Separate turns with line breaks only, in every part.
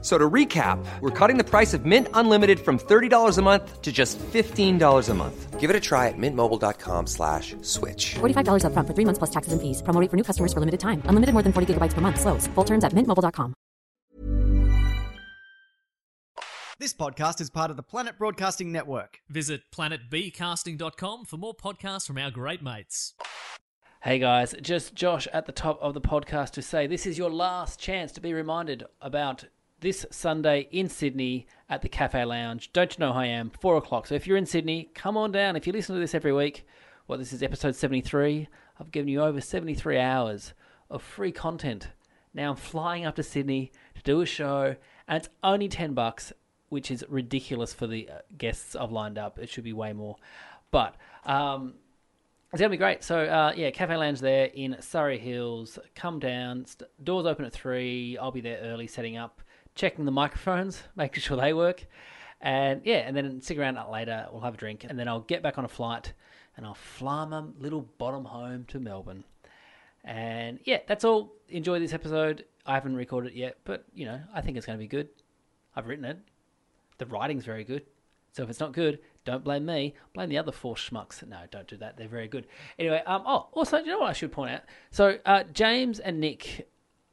So to recap, we're cutting the price of Mint Unlimited from $30 a month to just $15 a month. Give it a try at mintmobile.com slash switch.
$45 upfront for three months plus taxes and fees. Promo rate for new customers for limited time. Unlimited more than 40 gigabytes per month. Slows. Full terms at mintmobile.com.
This podcast is part of the Planet Broadcasting Network.
Visit planetbcasting.com for more podcasts from our great mates.
Hey guys, just Josh at the top of the podcast to say this is your last chance to be reminded about this Sunday in Sydney at the Cafe Lounge. Don't you know who I am? Four o'clock. So if you're in Sydney, come on down. If you listen to this every week, well, this is episode 73. I've given you over 73 hours of free content. Now I'm flying up to Sydney to do a show, and it's only 10 bucks, which is ridiculous for the uh, guests I've lined up. It should be way more. But, um, it's gonna be great. So uh, yeah, Cafe Lounge there in Surrey Hills. Come down. St- doors open at three. I'll be there early, setting up, checking the microphones, making sure they work, and yeah, and then stick around out later. We'll have a drink, and then I'll get back on a flight, and I'll fly my little bottom home to Melbourne. And yeah, that's all. Enjoy this episode. I haven't recorded it yet, but you know, I think it's gonna be good. I've written it. The writing's very good. So if it's not good, don't blame me. Blame the other four schmucks. No, don't do that. They're very good. Anyway, um, oh, also, you know what I should point out? So uh, James and Nick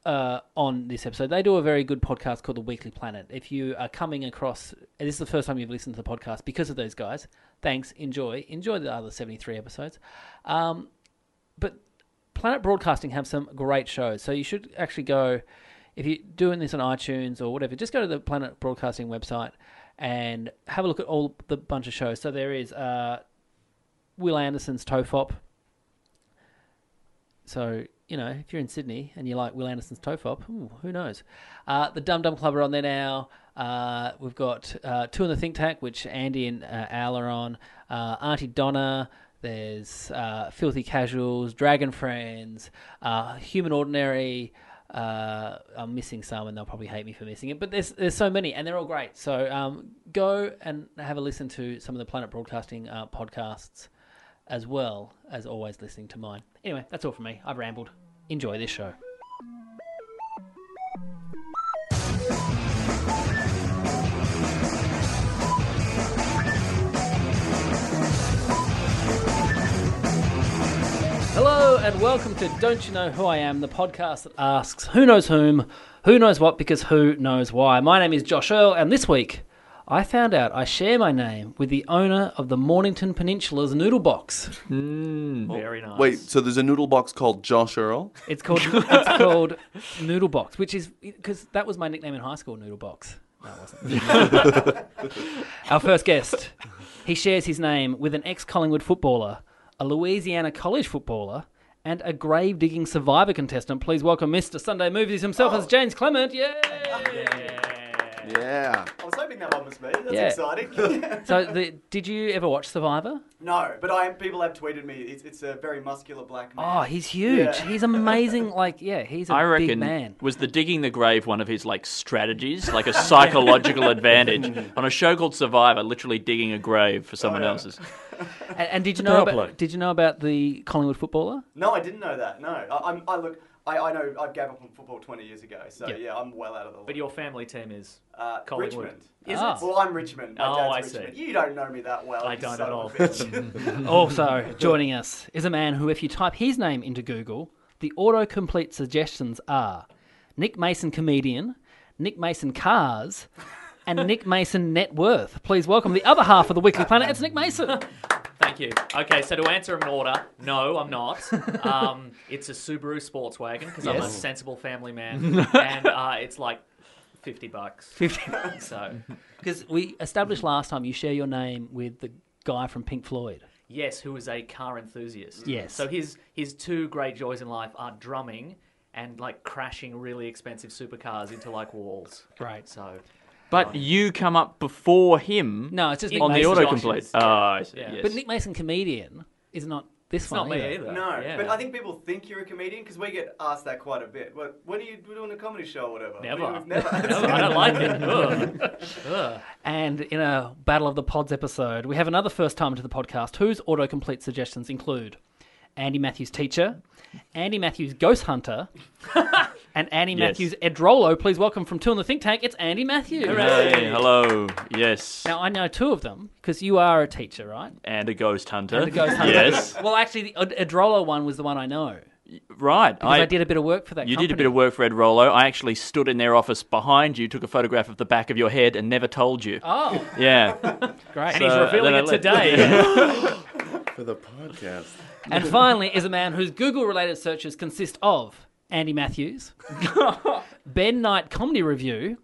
uh, on this episode, they do a very good podcast called The Weekly Planet. If you are coming across, and this is the first time you've listened to the podcast because of those guys, thanks. Enjoy. Enjoy the other 73 episodes. Um, but Planet Broadcasting have some great shows. So you should actually go, if you're doing this on iTunes or whatever, just go to the Planet Broadcasting website and have a look at all the bunch of shows. So there is uh, Will Anderson's Tofop. So, you know, if you're in Sydney and you like Will Anderson's Tofop, ooh, who knows? Uh, the Dum Dum Club are on there now. Uh, we've got uh, Two in the Think Tank, which Andy and uh, Al are on. Uh, Auntie Donna. There's uh, Filthy Casuals, Dragon Friends, uh, Human Ordinary. Uh, I'm missing some, and they'll probably hate me for missing it. But there's there's so many, and they're all great. So um, go and have a listen to some of the Planet Broadcasting uh, podcasts, as well as always listening to mine. Anyway, that's all from me. I've rambled. Enjoy this show. Hello and welcome to Don't You Know Who I Am, the podcast that asks who knows whom, who knows what, because who knows why. My name is Josh Earl, and this week I found out I share my name with the owner of the Mornington Peninsula's Noodle Box. Very nice.
Wait, so there's a noodle box called Josh Earl?
It's called it's called Noodle Box, which is because that was my nickname in high school, Noodle Box. No, it wasn't. Our first guest, he shares his name with an ex-Collingwood footballer, a Louisiana college footballer, and a grave digging survivor contestant. Please welcome Mr. Sunday Movies himself as James Clement. Yay!
Yeah.
I was hoping that one was me. That's
Yeah.
exciting.
So, the, did you ever watch Survivor?
no, but I am. People have tweeted me. It's, it's a very muscular black man.
Oh, he's huge.
Yeah.
He's amazing. Like, yeah, he's a
I
big
reckon
man.
was the digging the grave one of his like strategies, like a psychological advantage on a show called Survivor, literally digging a grave for
Oh,
someone else's.
And, and did you know about, did you know about the Collingwood footballer?
No, I didn't know that. No, I, I'm. I look. I, I know. I gave up on football 20 years ago. So yeah, I'm well out of the.
But your family team is
uh,
Collingwood.
Richmond. Uh,
Is
Ah.
Well, I'm Richmond. My
Oh,
dad's
I see.
Richmond. You don't know me that well.
I
you
don't at
son of a
all.
bitch.
Also joining us is a man who, if you type his name into Google, the autocomplete suggestions are Nick Mason comedian, Nick Mason cars, and Nick Mason net worth. Please welcome the other half of the Weekly Planet. It's Nick Mason.
Thank you. Okay, so to answer in order, no, I'm not. Um, it's a Subaru sports wagon because I'm a
Yes.
sensible family man, and uh, it's like fifty bucks. So
Because we established last time you share your name with the guy from Pink Floyd.
yes, who is a car enthusiast?
Yes.
So his his two great joys in life are drumming and like crashing really expensive supercars into like walls.
Right.
So oh.
But you come up before him
No, it's just Nick
on the
Mason.
autocomplete.
Josh's.
Oh, I see.
Yeah.
Yes.
But Nick Mason comedian is not This
It's
one
not me either.
No,
Yeah.
but I think people think you're a comedian because we get asked that quite a bit. What, when are you doing a comedy show or whatever?
Never.
We- we've never.
No, I don't like it. Ugh. Ugh.
And in a Battle of the Pods episode, we have another first time to the podcast whose autocomplete suggestions include Andy Matthews' teacher, Andy Matthews' ghost hunter, and Andy
Yes.
Matthews' Edrolo. Please welcome from Two in the Think Tank, it's Andy Matthews.
Hey, hello. Yes.
Now, I know two of them because you are a teacher, right?
and a ghost hunter.
And a ghost hunter.
Uh, Yes.
Well, actually, the Ed- Edrolo one was the one I know
Right.
because I, did a bit of work for that
You did a
company.
bit of work for Ed Rollo. I actually stood in their office behind you, took a photograph of the back of your head, and never told you.
Oh,
Yeah.
great.
And he's
So,
revealing
then I
it
left.
today.
For the podcast.
And finally, is a man whose Google related searches consist of Andy Matthews, Ben Knight Comedy Review,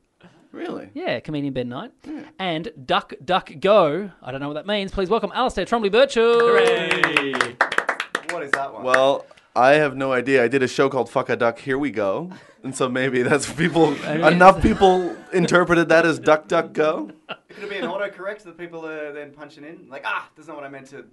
Really?
yeah, comedian Ben Knight, and Duck Duck Go. I don't know what that means. Please welcome Alistair Trombley Birchall.
what is that one?
Well, I have no idea. I did a show called Fuck a Duck, Here We Go. And so maybe that's people, enough people interpreted that as Duck, Duck, Go.
could it be an autocorrect that people are then punching in? Like, ah, that's not what I meant to.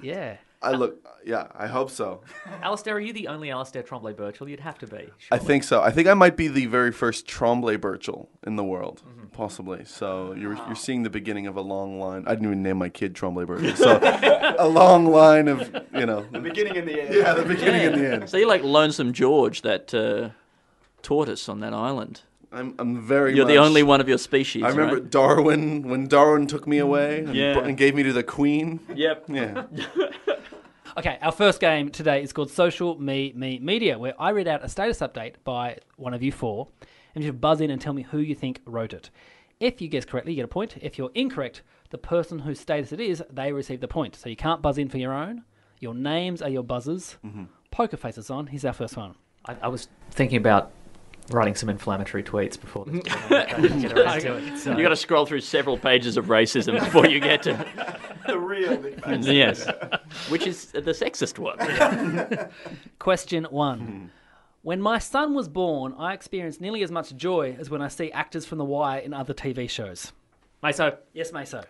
Yeah.
I look, yeah, I hope so.
Alistair, are you the only Alistair Trombley Birchall? You'd have to be.
I think so. I think I might be the very first Trombley Birchall in the world, possibly. So you're, you're seeing the beginning of a long line. I didn't even name my kid Trombley Birchall. So a long line of, you know,
The beginning and the end.
yeah, the beginning and the end.
So you're like Lonesome George, that uh, tortoise on that island.
I'm, I'm very
You're the
much-
only one of your species.
I remember
Right? Mm.
Darwin when Darwin took me away and,
Yeah.
and gave me to the Queen.
Yep.
Yeah.
Okay, our first game today is called Social Me Me Media, where I read out a status update by one of you four, and you should buzz in and tell me who you think wrote it. If you guess correctly, you get a point. If you're incorrect, the person whose status it is, they receive the point. So you can't buzz in for your own. Your names are your buzzers. Poker faces on. Here's our first one.
I, I was thinking about writing some inflammatory tweets before this. but I didn't get around to it, so-
You got to scroll through several pages of racism before you get to
The real big bang.
yes, which is the sexist one.
Question one. When my son was born, I experienced nearly as much joy as when I see actors from The Wire in other TV shows.
Meso,
Yes, Meso.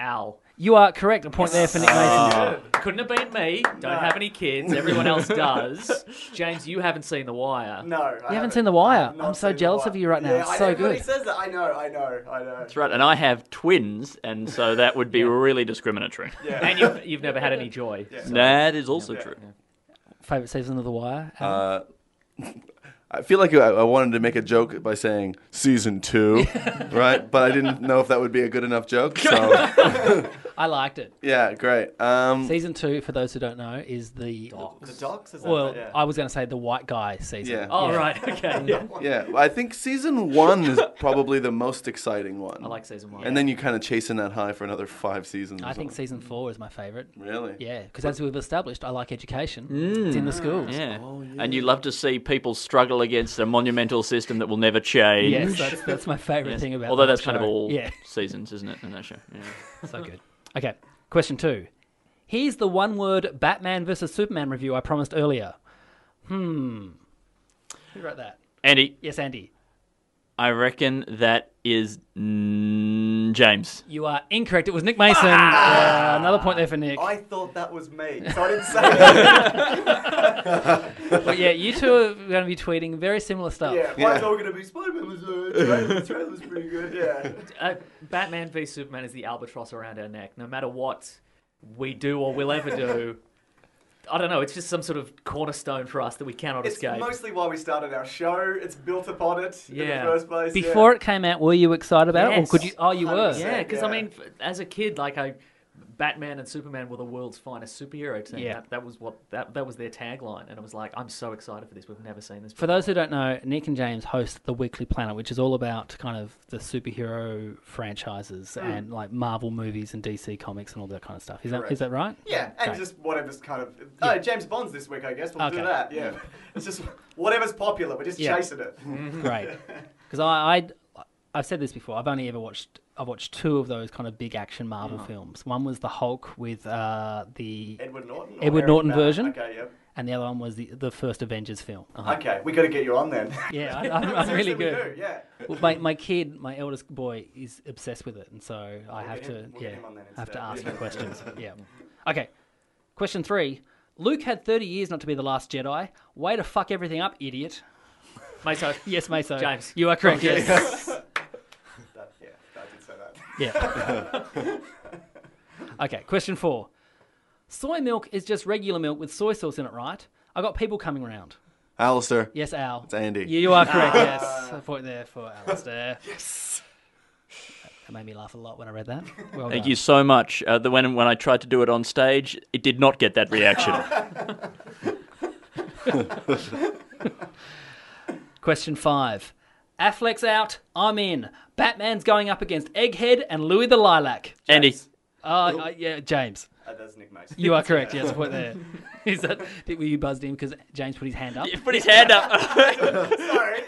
Al.
You are correct. A point there for Nick Mason.
Couldn't have been me. Don't have any kids. Everyone else does. James, you haven't seen The Wire.
No, I haven't,
seen The Wire?
I have not
I'm so
seen The
jealous
Wire.
of you right now.
Yeah,
It's
I-
so
everybody
good.
says that. I know, I know, I know.
That's right. And I have twins, and so that would be really discriminatory.
And you've, you've never had any joy. So-
That is also true.
Oh, Favorite season of The Wire?
I feel like I, I wanted to make a joke by saying season two, right? But I didn't know if that would be a good enough joke. So
I liked it.
yeah, great. Um,
Season two, for those who don't know, is the
The docs is that
well,
yeah.
I was going to say the white guy season.
yeah,
Oh, right. Okay. Yeah.
yeah. I think season one is probably the most exciting one.
I like season one.
And then you kind of chasing that high for another five seasons. or
I think
something.
season four is my favorite.
Really?
Yeah, because as we've established, I like education. It's in the schools.
Yeah. And you love to see people struggle against a monumental system that will never change.
Yes, that's, that's my favorite
Yes.
thing about.
Although
the
that's kind of
show.
all
Yeah,
seasons, isn't it? In that show. Yeah.
so good. Okay, question two. Here's the one-word Batman versus Superman review I promised earlier. Hmm. Who wrote that?
Andy,
Yes, Andy.
I reckon that is mm, James.
You are incorrect. It was Nick Mason. Yeah, another point there for Nick.
I thought that was me, so I didn't say it.
But yeah, you two are going to be tweeting very similar stuff.
Yeah, mine's all going to be Spider-Man was good, the trailer was pretty good, yeah.
uh, Batman v Superman is the albatross around our neck. No matter what we do or will ever do, I don't know. It's just some sort of cornerstone for us that we cannot
It's
escape.
mostly why we started our show. It's built upon it in
Yeah.
the first place. yeah.
Before it came out, were you excited about it, or
Yes.
could you? Oh, you were.
yeah, because I
yeah.
mean, f- as a kid, like I, Batman and Superman were the world's finest superhero team.
Yeah.
That, that was what that that was their tagline, and I was like, I'm so excited for this. We've never seen this.
For those who don't know, Nick and James host the Weekly Planet, which is all about kind of the superhero franchises
Hmm.
and like Marvel movies and DC comics and all that kind of stuff. Is that is that right?
Yeah, and
Great.
just whatever's kind of. Oh, James Bond's this week, I guess. We'll
Okay. Mm.
do that. Yeah, it's just whatever's popular. We're just
Yeah. Mm-hmm.
chasing it.
Great. Because I, I, I've said this before. I've only ever watched. I've watched two of those kind of big action Marvel films. One was the Hulk with uh, the,
Hmm. Edward Norton. or
Edward
Eric
Norton
Bana.
version?
Okay, yep.
and the other one was the the first Avengers film. Uh-huh.
Okay, we got to get you on then.
Yeah, I, I'm, I'm really
Seriously, Oh. we
good.
do, yeah.
Well, my, my kid, my eldest boy, is obsessed with it, and so I have
get
to
him- we'll
yeah
get him on that
have to
instead.
ask him questions. Yeah. Okay. Question three Luke had 30 years not to be the last Jedi. Way to fuck everything up, idiot.
Meso.
Yes, Meso.
James.
You are correct, yes.
That, yeah, I did say that.
Yeah. okay, question four. Soy milk is just regular milk with soy sauce in it, right? I got people coming round.
Alistair.
Yes, Al.
It's Andy.
You, you are correct,
Ah.
yes. A point there for Alistair. yes. That made me laugh a lot when I read that. Well
Thank
done.
you so much. Uh, the, when, when I tried to do it on stage, it did not get that reaction.
Question five. Affleck's out. I'm in. Batman's going up against Egghead and Louis the Lilac.
Andy,
Uh, uh, yeah, James.
Uh, that's Nick Mason.
You are correct. Yes, point there. Is that? Did, were you buzzed in because James put his hand up?
put his hand up.
Sorry.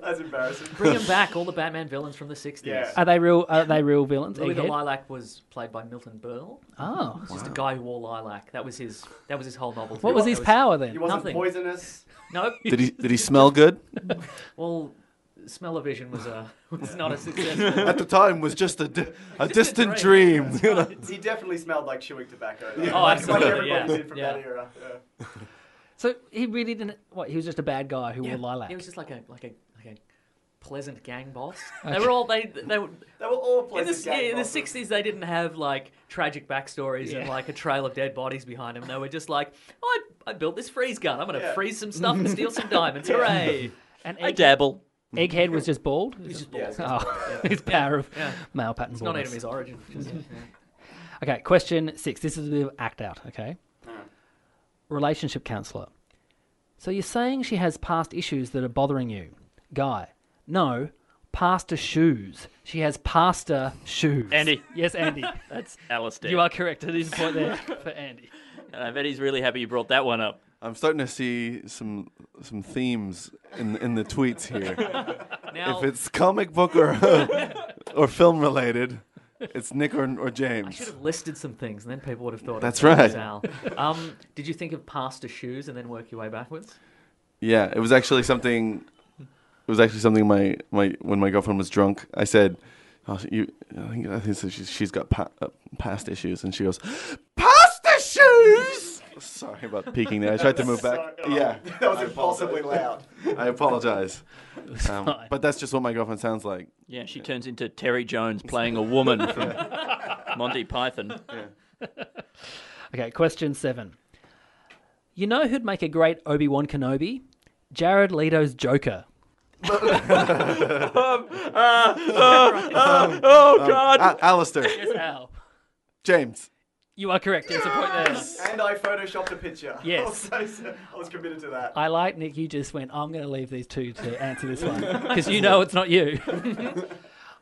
that's embarrassing.
Bring him back, all the Batman villains from the 60s.
Yeah.
Are they real? Are they real villains?
Louis the
Egghead?
Lilac was played by Milton Berle.
Oh,
It's Just a guy who wore lilac. That was his. That was his whole novel.
what was his power then?
He wasn't
Nothing.
poisonous.
No.
Did he did he smell good?
Well, Smell-O-Vision was a was not a successful.
At the time was just a, di- a distant
dream.
dream. you know?
He definitely smelled like chewing tobacco. Though.
Oh,
like,
absolutely,
Like everybody
yeah.
did from
Yeah.
that era. Yeah.
So he really didn't. What? He was just a bad guy who wore lilac.
He was just like a like a like a pleasant gang boss. They were all they they were.
They were all
In
places.
the, yeah, in the 60s, they didn't have like tragic backstories and
Yeah.
like a trail of dead bodies behind them. They were just like, oh, I, I built this freeze gun. I'm going to
Yeah.
freeze some stuff and steal some diamonds. Hooray.
and
I
Egg,
dabble.
Egghead was just bald.
He's just
Mm-hmm. Yeah.
balls.
Oh, his power of male pattern
It's not even
baldness.
his origin. Just, yeah.
Okay, question six. This is a bit of act out, okay?
Hmm.
Relationship counselor. So you're saying she has past issues that are bothering you. Guy. No, pasta shoes. She has pasta shoes.
Andy.
Yes, Andy.
That's Alistair.
you are correct. It is a point there for Andy.
And I bet he's really happy you brought that one up.
I'm starting to see some some themes in in the tweets here.
Now,
if it's comic book or or film related, it's Nick or, or
I should
James.
have listed some things, and then people would have thought.
That's
it was
right.
Al. Um, did you think of pasta shoes and then work your way backwards?
Yeah, it was actually something. It was actually something my my when my girlfriend was drunk. I said, oh, "You, I think I think so she's, she's got pa- uh, past issues," and she goes, "Pasta shoes." Sorry about peeking there. I tried to move back. Yeah,
That was impossibly loud.
I apologize. Um, but that's just what my girlfriend sounds like.
Yeah, she turns into Terry Jones playing a woman from Monty Python.
Okay, question seven. You know who'd make a great Obi Wan Kenobi? Jared Leto's Joker.
Oh, God.
Um, A- Alistair,
Al.
James.
You are correct. There's a point there.
And I photoshopped a picture.
Yes.
I was, so- I was committed to that.
I like Nick. You just went. I'm going to leave these two to answer this one because you know it's not you.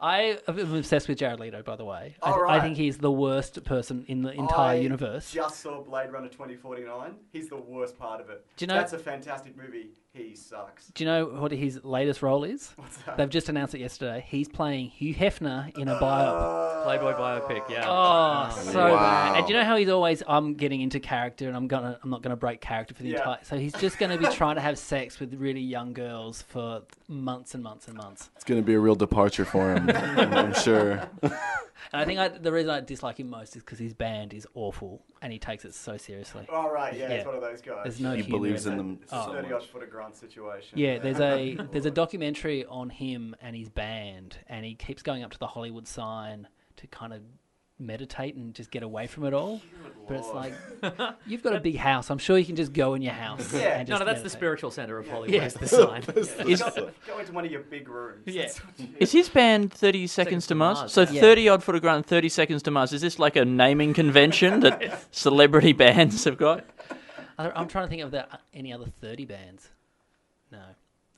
I am obsessed with Jared Leto, by the way. I,
All
I
right.
think he's the worst person in the entire
I
universe.
Just saw Blade Runner 2049. He's the worst part of it.
Do you know-
That's a fantastic movie. He sucks.
Do you know what his latest role is? They've just announced it yesterday. He's playing Hugh Hefner in a biop.
Playboy biopic, yeah.
Oh, so
Wow.
bad! And do you know how he's always? I'm getting into character, and I'm gonna. I'm not gonna break character for the
Yeah.
entire. So he's just gonna be trying to have sex with really young girls for months and months and months.
It's gonna be a real departure for him. I'm sure.
And I think I, the reason I dislike him most is because his band is awful and he takes it so seriously.
All right, yeah,
Yeah.
it's one of those guys.
There's no
Oh, He
humour
believes
it.
in them
It's a
so
30
much.
odd foot of grunt situation.
Yeah, there's a there's a documentary on him and his band, and he keeps going up to the Hollywood sign to kind of meditate and just get away from it all. But it's like you've got a big house. I'm sure you can just go in your house.
Yeah.
and
no,
just
no, that's the
meditate.
spiritual center of Hollywood. It's the sign.
Is,
Go into one of your big rooms.
Yeah.
That's what you-
is his band 30 Seconds to Mars? So
yeah.
30 Odd Foot of Grunt, 30 Seconds to Mars. Is this like a naming convention that celebrity bands have got?
I- I'm trying to think of the, any other thirty bands. No,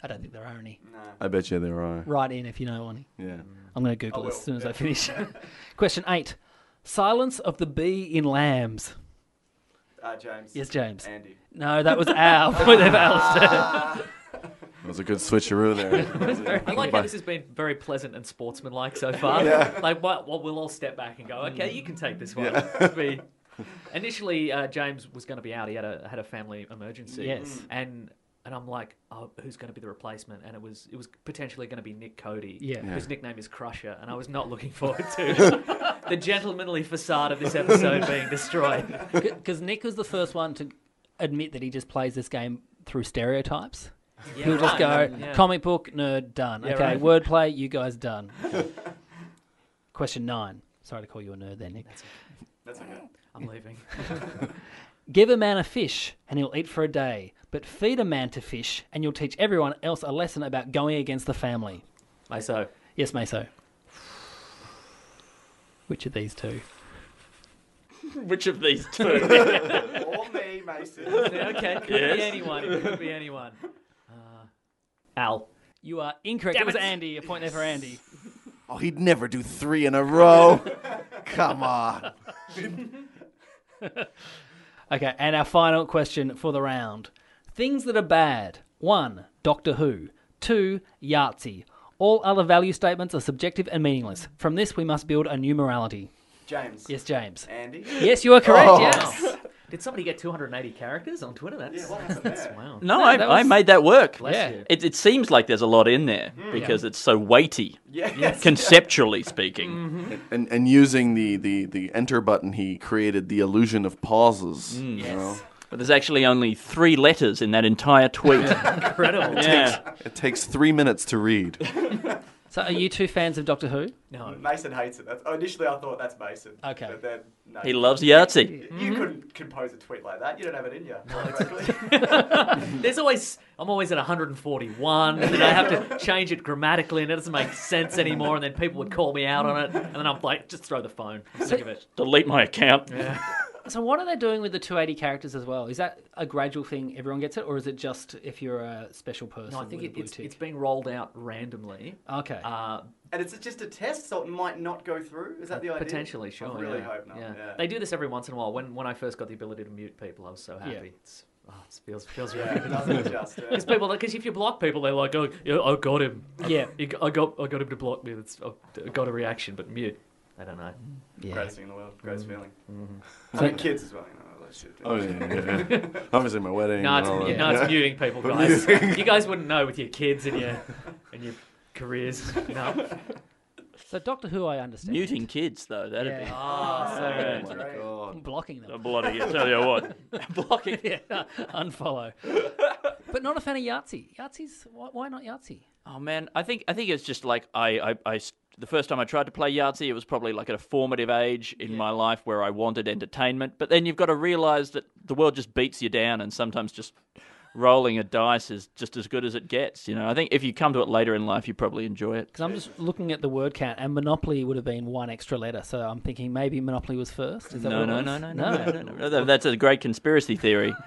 I don't think there are any.
I bet you there are.
Write in if you know any.
Yeah.
I'm going to Google
I
this
will,
as soon as I finish. Question eight Silence of the Bee in Lambs.
Uh, James.
Yes, James.
Andy.
No, that was Al. Point there for Alistair.
That was a good switcheroo there.
I like how this has been very pleasant and sportsmanlike so far. Like, well, well, we'll all step back and go, okay, you can take this one. We-
Mm.
Initially, uh, James was going to be out. He had a had a family emergency.
Yes.
and and I'm like, oh, who's going to be the replacement? And it was it was potentially going to be Nick Cody,
Yeah. Yeah.
whose nickname is Crusher, and I was not looking forward to the gentlemanly facade of this episode being destroyed.
Because Nick was the first one to admit that he just plays this game through stereotypes. He'll just go,
right, yeah.
comic book nerd, done.
Yeah,
okay,
right.
wordplay, you guys done. Question nine. Sorry to call you a nerd there, Nick.
That's okay.
I'm leaving.
Give a man a fish and he'll eat for a day, but feed a man to fish and you'll teach everyone else a lesson about going against the family.
Meso,
Yes, Meso. Which of these two?
Which of these two?
or me, Mason.
Yeah, okay, could be anyone. It could be anyone. Uh, Al.
You are incorrect. it was
it.
Andy. A point there for Andy.
Oh, he'd never do three in a row. Come on.
Okay, and our final question for the round. Things that are bad. One, Doctor Who. Two, Yahtzee. All other value statements are subjective and meaningless. From this, we must build a new morality.
James.
Yes, Oh. James.
Andy.
Yes, you are correct. Yes.
Yes. Did somebody get 280 characters on Twitter? That's,
Yeah, what
that's,
happened there?
wow.
no, I, I made that work.
Bless you.
It, it seems like there's a lot in there because it's so weighty,
Yes.
conceptually speaking.
And and using the, the, the enter button, he created the illusion of pauses. you know?
But there's actually only three letters in that entire tweet.
Incredible.
yeah.
It takes three minutes to read.
So, are you two fans of Doctor Who?
No.
Mason hates it. That's, oh, initially, I thought that's Mason.
Okay.
But then, no.
He loves Yahtzee.
You couldn't compose a tweet like that. You don't have it in you. Frankly.
There's always I'm always at 141, and then I have to change it grammatically, and it doesn't make sense anymore. And then people would call me out on it, and then I'm like, just throw the phone. I'm sick of it.
Delete my account.
So, what are they doing with the 280 characters as well? Is that a gradual thing? Everyone gets it, or is it just if you're a special person?
No, I think
with a
it,
blue
it's,
tick?
it's being rolled out randomly.
okay.
Uh,
and it's just a test, so it might not go through. Is that the idea?
potentially, sure.
I really
yeah.
hope not.
Yeah.
Yeah.
They do this every once in a while. When when I first got the ability to mute people, I was so happy.
Yeah.
It's, oh, it feels feels really
Yeah, it
good.
doesn't adjust. yeah.
Because people, because if you block people, they're like, oh, yeah, I got him. I-
Yeah.
I got, I got him to block me. That's, I got a reaction, but mute. I don't know.
Greatest thing in the world. Greatest feeling. I mean, kids as well. You know, all that shit.
Oh, yeah, yeah, yeah. Obviously, my wedding.
No,
and
it's,
all that.
no, it's muting people, guys. you guys wouldn't know with your kids and your and your careers. No.
so, Doctor Who, I understand.
Muting kids, though, that'd
Yeah.
be.
That's great.
Blocking them.
A bloody, I tell you what. Blocking.
yeah, unfollow. but not a fan of Yahtzee. Yahtzee's why, why not Yahtzee?
Oh man, I think I think it's just like I, I, I s- the first time I tried to play Yahtzee, it was probably like at a formative age in my life where I wanted entertainment. But then you've got to realize that the world just beats you down, and sometimes just rolling a dice is just as good as it gets. You know, I think if you come to it later in life, you probably enjoy it.
Because I'm just looking at the word count, and Monopoly would have been one extra letter. So I'm thinking maybe Monopoly was first. Is that
No,
what it
no,
was?
no, no, no, no, no, no. That's a great conspiracy theory.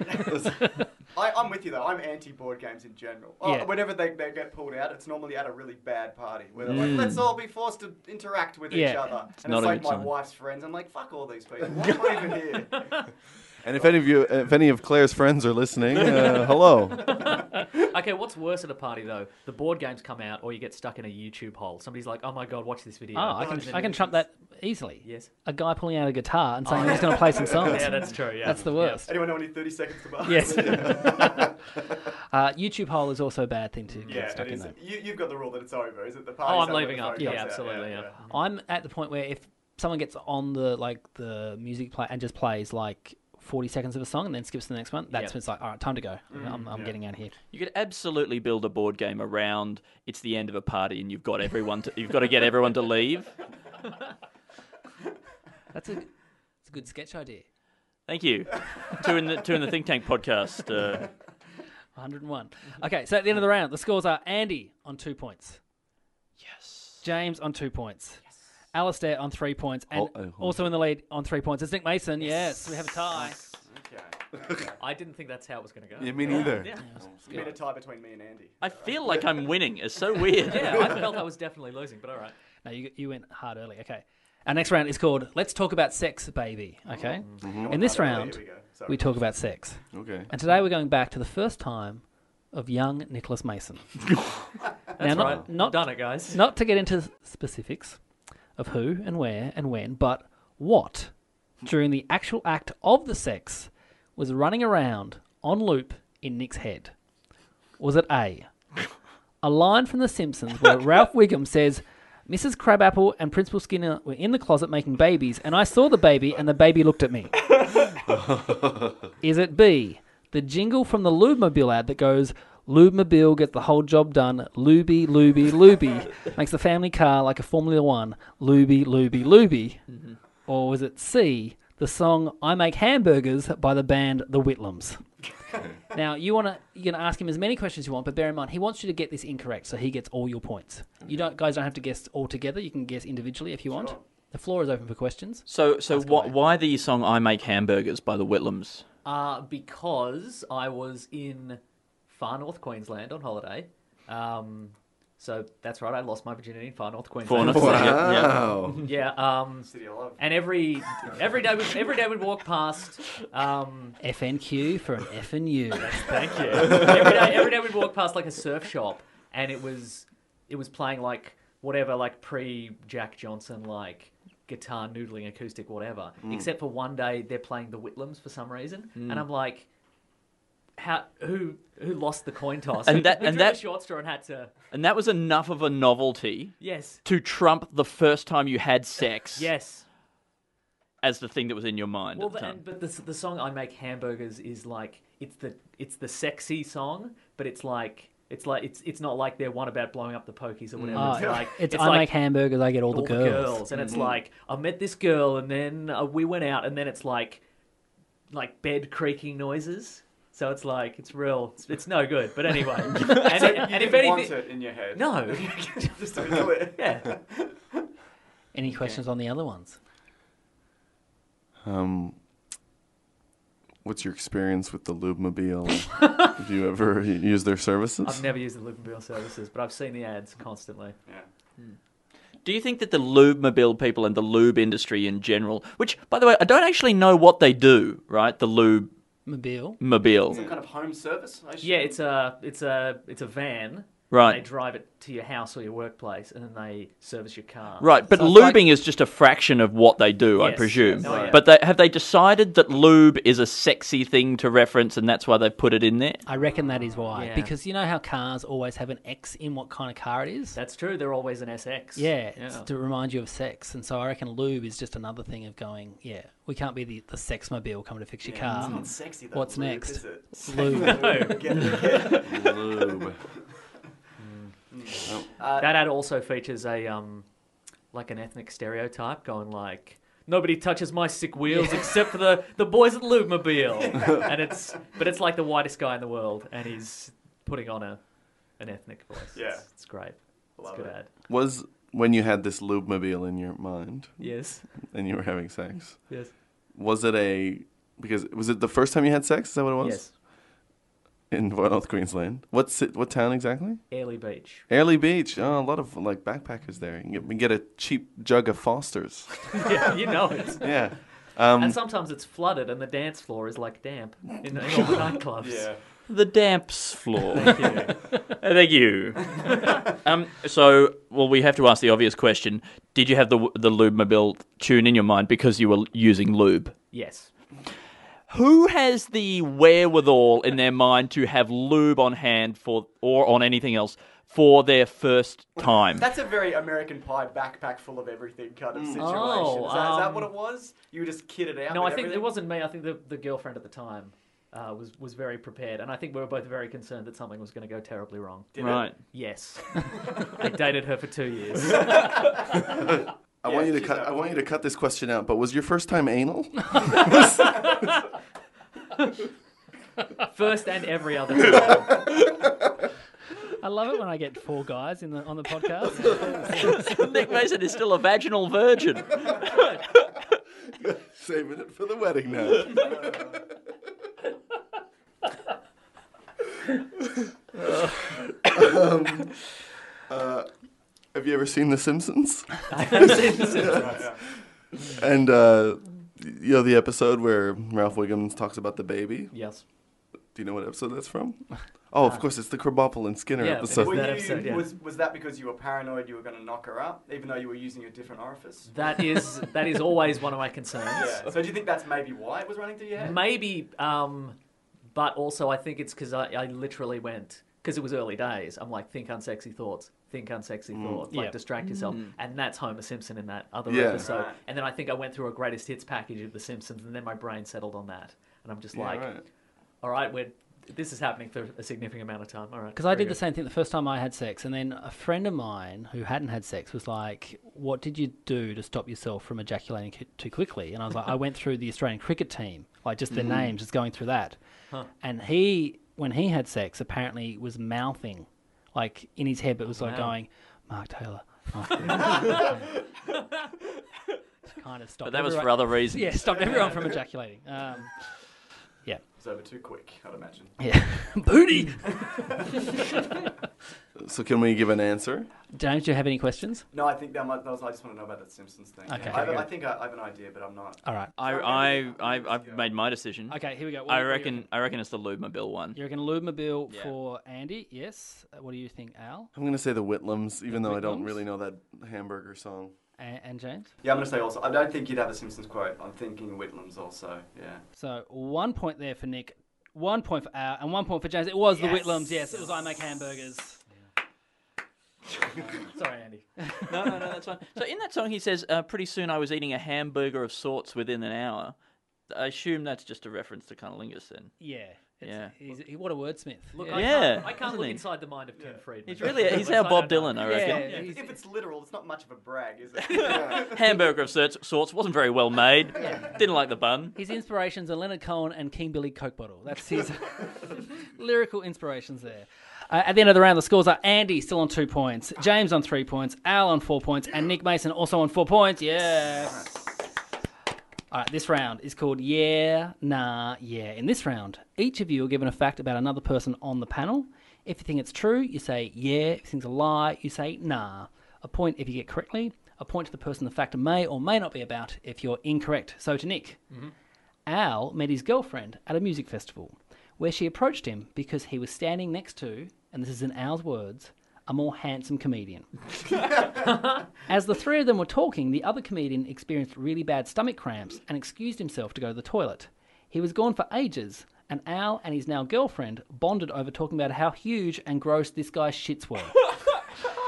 I, I'm with you though. I'm anti board games in general. Oh,
Yeah.
Whenever they, they get pulled out, it's normally at a really bad party where they're like, let's all be forced to interact with each
Yeah.
other. And
not
it's
a
like
good
my
sign.
wife's friends. I'm like, fuck all these people. Why am I even here?
And if any of you, if any of Claire's friends are listening, uh, hello.
Okay, what's worse at a party though? The board games come out, or you get stuck in a YouTube hole. Somebody's like, "Oh my god, watch this video."
Oh, I
And then
can I can
it-
trump that easily.
Yes. Oh,
A guy pulling out a guitar and saying I'm just going to play some songs.
Yeah, that's true. Yeah,
That's the worst.
Anyone know any 30 seconds to bust?
Yes. uh, YouTube hole is also a bad thing to
Yeah,
get stuck
it
in.
is.
Though.
You, you've got the rule that it's over, is it? The
Yeah.
party.
Oh, I'm leaving up. Yeah, absolutely. Yeah.
I'm at the point where if someone gets on the like the music play and just plays like 40 seconds of a song and then skips to the next one, that's
Yep.
when it's like, all right, time to go.
Mm-hmm.
I'm, I'm getting out of here.
You could absolutely build a board game around it's the end of a party, and you've got everyone. To, you've got to get everyone to leave.
That's a that's a good sketch idea.
Thank you. Two in the two in the think tank podcast. Uh,
101.
Mm-hmm.
Okay, so at the end of the round, the scores are Andy on two points. Yes. James on two points. Yes. Alistair on three points. And
Hold- uh, hold
also in the lead on three points is Nick Mason. Yes, we have a tie.
Okay.
I didn't think that's how it was going to go.
You mean either?
You made a tie between me and Andy.
I feel like I'm winning. It's so weird.
Yeah, I felt I was definitely losing, but all right.
No, you, you went hard early. Okay. Our next round is called Let's Talk About Sex, Baby. Okay?
Mm-hmm.
In this
Hard early,
round,
here we go. Sorry.
we talk about sex.
Okay.
And today we're going back to the first time of young Nicholas Mason. now,
That's
not,
right.
not,
done it, guys.
not to get into specifics of who and where and when, but what during the actual act of the sex was running around on loop in Nick's head. Was it A? A line from The Simpsons where Ralph Wiggum says, Mrs. Crabapple and Principal Skinner were in the closet making babies, and I saw the baby, and the baby looked at me. Is it B? The jingle from the Lubemobile ad that goes, Lubemobile gets the whole job done, Luby, Luby, Luby, makes the family car like a Formula One, Luby, Luby, Luby. Or was it C? The song I Make Hamburgers by the band The Whitlams. Now you want to you're going to ask him as many questions you want, but bear in mind he wants you to get this incorrect, so he gets all your points. You don't guys don't have to guess all together. You can guess individually if you want. The floor is open for questions.
So, so wh- why the song "I Make Hamburgers" by the Whitlams?
Uh, because I was in far north Queensland on holiday. Um, so that's right, I lost my virginity in far north Queensland.
Faunus. Yeah, yeah.
Yeah, um,
City of Love.
and every every day we, every day we'd walk past. Um,
FNQ for an FNU.
thank you. every day every day we'd walk past like a surf shop, and it was it was playing like whatever like pre Jack Johnson like guitar noodling acoustic whatever. Except for one day they're playing the Whitlams for some reason, and I'm like. How, who who lost the coin toss?
And
Who-
that-
who
and
drew the
that-
short straw and had to
And that was enough of a novelty
yes
to trump the first time you had sex
yes
as the thing that was in your mind
Well,
at the
the,
time.
and, but the, the song "I Make Hamburgers" is like it's the it's the sexy song, but it's like it's like it's it's not like they're one about blowing up the pokies or whatever. it's
Oh,
like
it's, I
like
make hamburgers, Mm-hmm. I get all,
all
the girls.
and it's like I met this girl, and then uh, we went out, and then it's like like bed creaking noises. So it's like it's real. It's, it's no good. But anyway, and, it-
You
and if
didn't want
anything,
it in your head.
no,
Just don't do it.
yeah.
Any questions on the other ones?
What's your experience with the Lubemobile? Have you ever used their services?
I've never used the Lubenbill services, but I've seen the ads constantly.
Yeah.
Do you think that the lube mobile people and the lube industry in general, which by the way, I don't actually know what they do, right? The lube
Mobile.
mobile.
Some kind of home service? I assume?
Yeah, it's a it's a it's a van.
Right.
They drive it to your house or your workplace, and then they service your car.
Right, but
So it's
lubing
like-
is just a fraction of what they do, I
Yes,
presume.
yes, oh, yeah.
But they, have they decided that lube is a sexy thing to reference, and that's why they put it in there?
I reckon that is why.
Yeah.
Because you know how cars always have an X in what kind of car it is?
That's true. They're always an SX.
yeah, it's to remind you of sex. And so I reckon lube is just another thing of going, yeah, we can't be the, the sex mobile coming to fix your car.
It's not sexy though.
What's
lube,
next?
Is it?
Lube.
Get it, get it.
Lube.
That ad also features a um, like an ethnic stereotype going like. Nobody touches my sick wheels except for the, the boys at Lubemobile. and it's but it's like the whitest guy in the world and he's putting on a an ethnic voice.
Yeah.
It's, it's great. It's a good
it.
ad.
Was when you had this Lubemobile in your mind
Yes.
and you were having sex,
Yes.
was it a. Because was it the first time you had sex? Is that what it was?
Yes.
In North Queensland. What's it, what town exactly?
Airlie Beach.
Airlie Beach. Oh, a lot of like backpackers there. You can get, you can get a cheap jug of Foster's.
yeah, you know it.
Yeah.
Um,
and sometimes it's flooded and the dance floor is like damp in, in all the nightclubs.
Yeah.
The damps floor. Thank you. Thank you. um, so, well, we have to ask the obvious question: Did you have the the lube mobile tune in your mind because you were using lube?
Yes.
Who has the wherewithal in their mind to have lube on hand for, or on anything else, for their first time?
That's a very American Pie backpack full of everything kind of situation.
Oh,
is, that, is that
um,
what it was? You were just kitted out.
No, I
with
think
everything?
it wasn't me. I think the, the girlfriend at the time uh, was was very prepared, and I think we were both very concerned that something was going to go terribly wrong.
right.
Yes, I dated her for two years.
I want you to
she's
cut.
not
I want you to cut this question out. But was your first time anal?
First and every other time.
I love it when I get four guys in the, on the podcast.
Nick Mason is still a vaginal virgin.
Saving it for the wedding now. Um, uh, have you ever seen The Simpsons?
I have seen The Simpsons.
And uh, you know the episode where Ralph Wiggins talks about the baby.
Yes.
Do you know what episode that's from? Oh, of course, it's the Krabappel and Skinner
Yeah, it is
episode.
Were
That
you-
episode, yeah.
was, was that because you were paranoid you were going to knock her up, even though you were using a different orifice?
That is that is always one of my concerns.
Yeah. So do you think that's maybe why it was running through your head?
Maybe, um, but also I think it's because I, I literally went because it was early days. I'm like, think unsexy thoughts, think unsexy thoughts, like
Yeah.
distract yourself, and that's Homer Simpson in that other
Mm, Yeah.
episode.
Right.
And then I think I went through a greatest hits package of The Simpsons, and then my brain settled on that, and I'm just like,
right.
all right, we're this is happening for a significant amount of time. All right,
Because I
here we
did
go.
the same thing the first time I had sex, and then a friend of mine who hadn't had sex was like, "What did you do to stop yourself from ejaculating c- too quickly?" And I was like, "I went through the Australian cricket team, like just their names, just going through that." And he, when he had sex, apparently was mouthing, like in his head, but was like
Wow.
going, "Mark Taylor." Mark Taylor." kind of stopped.
But that was for
everyone-
other reasons.
Yeah, stopped everyone from ejaculating. Um, yeah,
It's over too quick, I'd imagine.
yeah, booty.
So can we give an answer?
James, do you have any questions?
No, I think that, might, that was. I just want to know about that Simpsons thing.
Okay.
I,
Okay.
I think I, I have an idea, but I'm not.
All right.
I, I, I, I've made my decision.
Okay, here we go. What- what
I
do you
reckon, I reckon it's the Lube Mobile one.
You're going to Lubmobile
Yeah.
for Andy, yes. Uh, What do you think, Al
I'm gonna say the Whitlams, even though I don't
Whitlams?
really know that hamburger song.
and, and James?
Yeah, I'm going to say also. I don't think you'd have a Simpsons quote. I'm thinking Whitlam's also. Yeah.
So one point there for Nick, one point for Al, and one point for James. It was the Whitlams, yes. It was I Make Hamburgers. Sorry, Andy.
No, Oh, no, no, that's fine. So in that song, he says, uh, "Pretty soon I was eating a hamburger of sorts within an hour." I assume that's just a reference to Cunnilingus then.
Yeah.
Yeah.
It's, he's, he, what a wordsmith.
Look,
yeah.
I
Yeah,
can't, I can't
isn't
look
he?
inside the mind of Tim Friedman.
He's really, he's
Like,
our
I
Bob
don't
Dylan,
know.
I reckon.
Yeah, he's-
If it's literal, it's not much of a brag, is it?
Hamburger of sorts, sorts wasn't very well made. Didn't like the bun.
his inspirations are Leonard Cohen and King Billy Coke Bottle. That's his lyrical inspirations there. Uh, at the end of the round, the scores are Andy still on two points, James on three points, Al on four points, and Nick Mason also on four points. Yeah. All right, this round is called Yeah, Nah, Yeah. In this round, each of you are given a fact about another person on the panel. If you think it's true, you say yeah. If you think it's a lie, you say nah. A point if you get correctly, a point to the person the fact may or may not be about if you're incorrect. So to Nick. Al met his girlfriend at a music festival, where she approached him because he was standing next to, and this is in Al's words, a more handsome comedian. As the three of them were talking, the other comedian experienced really bad stomach cramps and excused himself to go to the toilet. He was gone for ages, and Al and his now girlfriend bonded over talking about how huge and gross this guy's shits were.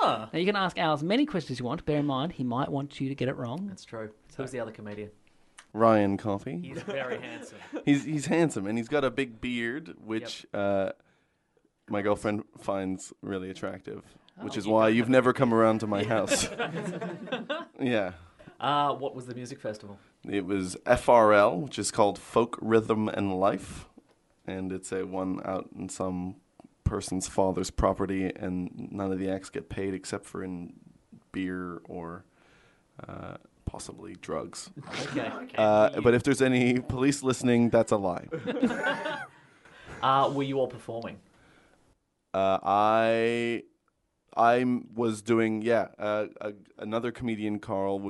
Now you can ask Al as many questions as you want. Bear in mind, he might want you to get it wrong.
That's true. Who's the other comedian?
Ryan Coffee.
He's very handsome.
He's he's handsome and he's got a big beard, which uh, my girlfriend finds really attractive. Which is why you've never come around to my house. yeah.
Uh, what was the music festival?
It was FRL, which is called Folk Rhythm and Life, and it's a one out in some person's father's property, and none of the acts get paid except for in beer or uh, possibly drugs.
Okay.
Uh, but if there's any police listening, that's a lie.
Uh, were you all performing?
Uh, I I was doing yeah. Uh, a, another comedian, Carl,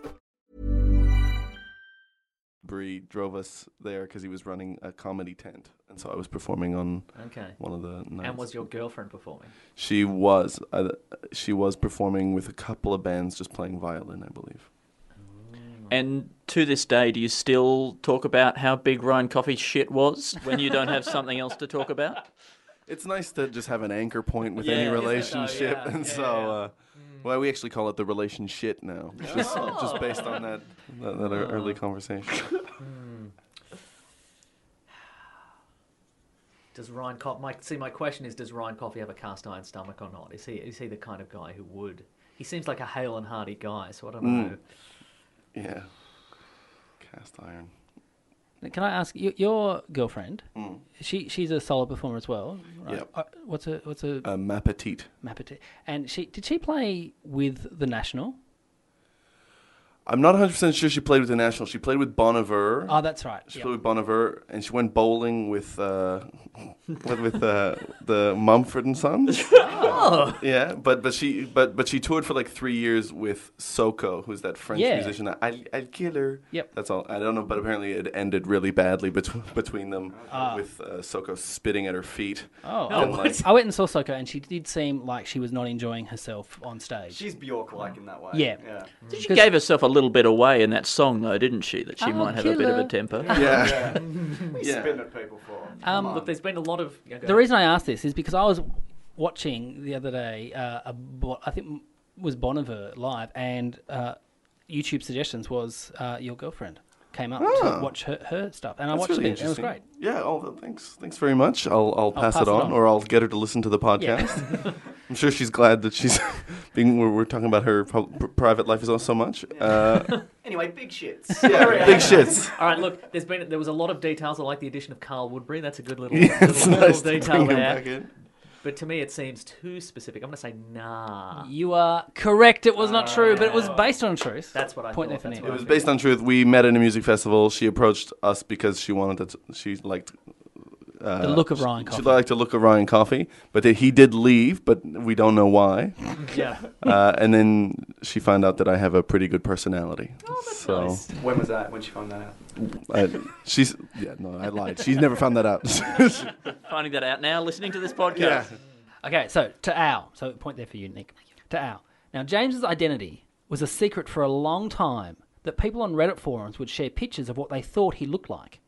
Bree drove us there because he was running a comedy tent, and so I was performing on
Okay.
one of the nights.
And was your girlfriend performing?
She was. Uh, she was performing with a couple of bands, just playing violin, I believe.
And to this day, do you still talk about how big Ryan Coffey's shit was when you don't have something else to talk about?
It's nice to just have an anchor point with
Yeah,
any
isn't it though?
relationship,
Yeah,
and
yeah,
so.
yeah. Mm.
Uh, well, we actually call it the relation shit now, which is
Oh.
just based on that that, that
Uh.
early conversation.
Does Ryan Coffey? My, see, my question is: Does Ryan Coffey have a cast iron stomach or not? Is he is he the kind of guy who would? He seems like a hale and hearty guy, so I don't
Mm.
know.
yeah, cast iron.
Can I ask your, your girlfriend? She she's a solo performer as well. Right?
Mm. Yep.
Uh, what's a what's a
Uh, ma petite.
map it? And she did she play with the National?
I'm not 100 percent sure she played with the national. She played with Bon Iver.
Oh, that's right.
she
yeah.
played with Bon Iver, and she went bowling with uh, with, with uh, the Mumford and Sons.
Oh.
Yeah, but but she but but she toured for like three years with Soko, who's that French
Yeah.
musician. That I I'd kill her.
Yep.
that's all. I don't know, but apparently it ended really badly between between them, with uh, Soko spitting at her feet.
Ah. Oh,
and, like,
I went and saw Soko, and she did seem like she was not enjoying herself on stage.
She's Bjork like in that way.
Yeah.
Yeah.
She gave herself a little bit away in that song, though, didn't she? That she
Oh,
might have a bit of
killer.
a temper.
yeah,
Spitting
yeah.
at people for.
Um,
Look, there's been a lot of. yeah, go
The
ahead.
reason I asked this is because I was watching the other day, uh, a bo- I think it was Bonnevere live, and uh, YouTube suggestions was uh, your girlfriend came up
Ah.
to watch her, her stuff, and I watched it. and It was great.
Yeah. Oh, th- thanks. Thanks very much. I'll I'll pass, it, on, or I'll get her to listen to the podcast. I'm sure she's glad that she's being. We're, we're talking about her pub- pr- private life is all so much. Uh,
Anyway, big shits.
yeah, big shits.
All right, look, there's been there was a lot of details. I like the addition of Carl Woodbury. That's a good little,
Yeah, it's
little, little
nice to
detail
bring him
there.
back in.
But to me, it seems too specific. I'm going to say nah.
You are correct. It was not true, but it was based on truth.
That's what I
Point
thought,
there for
that's
Nick.
what
It was based on truth. We met in a music festival. She approached us because she wanted to. She liked.
the look of Ryan
She
Coffey.
liked to look at Ryan Coffee, but then he did leave. But we don't know why.
Yeah.
uh, and then she found out that I have a pretty good personality. so
When was that? When she found that out?
I, she's yeah. No, I lied. She's never found that out.
Finding that out now, listening to this podcast.
Okay, so to Al. So point there for you, Nick. To Al. Now, James's identity was a secret for a long time that people on Reddit forums would share pictures of what they thought he looked like.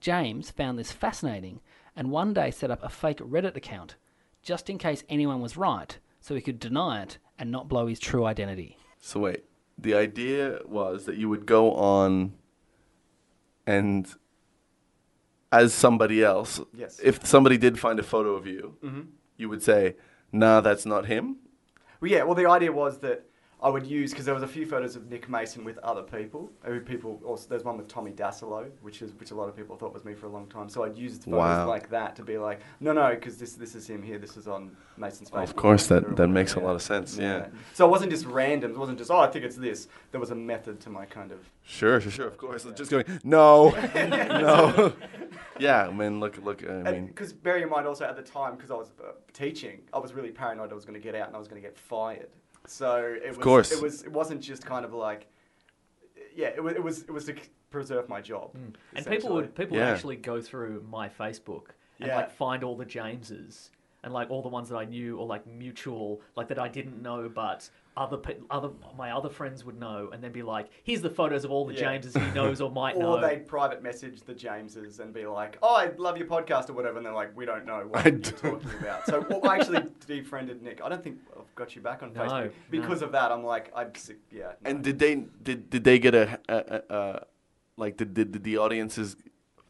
James found this fascinating and one day set up a fake Reddit account just in case anyone was right so he could deny it and not blow his true identity.
So wait, the idea was that you would go on and as somebody else,
Yes.
if somebody did find a photo of you,
Mm-hmm.
you would say, "Nah, that's not him."
Well, yeah. Well, the idea was that I would use because there was a few photos of Nick Mason with other people. Who people also there's one with Tommy Dasilo, which is which a lot of people thought was me for a long time. So I'd use photos
Wow.
like that to be like, no, no, because this this is him here. This is on Mason's Facebook.
Of course, that-
Twitter or
that
whatever,
makes a lot of sense, yeah.
So it wasn't just random. It wasn't just oh, I think it's this. There was a method to my kind of.
Sure, sure, sure. Of course, just going, "No, no." yeah, I mean, look, look. I mean,
Because bear in mind also at the time, because I was uh, teaching, I was really paranoid I was going to get out and I was going to get fired. So it was,
course.
it was it wasn't just kind of like, yeah, it was it was it was to c- preserve my job.
Hmm. And people would
essentially.
people
Yeah.
would actually go through my Facebook and
Yeah.
like find all the Jameses and like all the ones that I knew or like mutual like that I didn't know but other pe- other my other friends would know and then be like here's the photos of all the
Yeah.
Jameses he knows or might know.
Or they'd private message the Jameses and be like, "Oh, I love your podcast" or whatever, and they're like, "We don't know what
I
you're talking about." So well, I actually defriended Nick. I don't think I've got you back on
No,
Facebook
no.
because of that. I'm like, I'm sick. Yeah. no.
and did they did did they get a, a, a, a like did, did did the audiences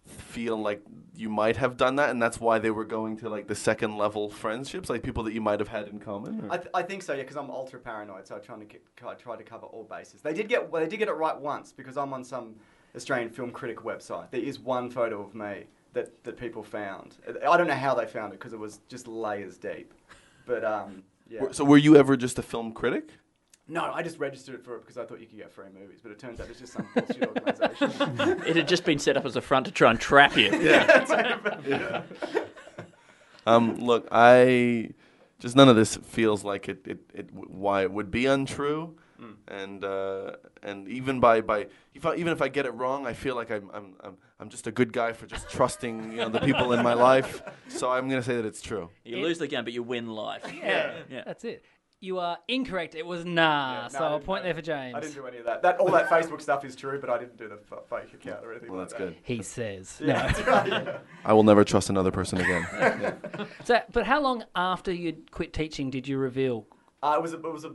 feel like you might have done that and that's why they were going to like the second level friendships like people that you might have had in common or-
I, th- I think so, yeah, because I'm ultra paranoid, so I trying to ki- I try to cover all bases. They did get well, they did get it right once because I'm on some Australian film critic website. There is one photo of me that, that people found. I don't know how they found it because it was just layers deep, but um, yeah.
Were- so were you ever just a film critic
no, I just registered it for it because I thought you could get free movies, but it turns out it's just some bullshit organisation.
It had just been set up as a front to try and trap you.
um look I just none of this feels like it, it, it w- why it would be untrue
Hmm.
and uh, and even by by if I, even if I get it wrong I feel like I'm I'm I'm, I'm just a good guy for just trusting you know the people in my life so I'm gonna say that it's true
You lose the game, but you win life. Yeah.
That's it. You are incorrect. It was nah.
no,
so
I
a
didn't
point
know
there
that.
for James.
I didn't do any of that. That all that Facebook stuff is true, but I didn't do the f- fake account or anything.
well
like
that's
that.
good
he says. No.
I will never trust another person again.
So, but how long after you quit teaching did you reveal?
Uh, it was a, it was a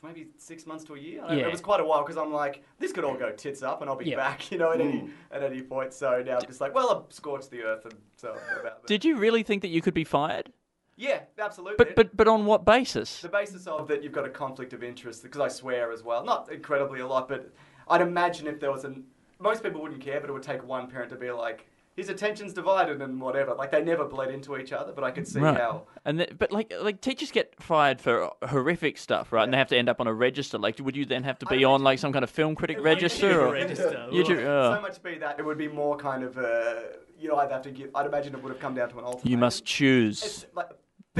maybe six months to a year. I don't know.
Yeah.
It was quite a while because I'm like, this could all go tits up, and I'll be
Yeah.
back, you know, at any at any point. So now I'm just like, well, I've scorched the earth, and so I'm about that.
Did you really think that you could be fired?
yeah, absolutely.
But but but on what basis?
the basis of that you've got a conflict of interest because I swear as well, not incredibly a lot, but I'd imagine if there was an most people wouldn't care, but it would take one parent to be like. his attention's divided and whatever. Like they never bled into each other, but I could see how.
And th- but like like teachers get fired for horrific stuff, right? And they have to end up on a register. Like, would you then have to be on like some kind of film critic register? Or...
Register.
YouTube, uh,
So much be that it would be more kind of uh, you know I'd have to give. I'd imagine it would have come down to an ultimatum.
you must choose.
It's like,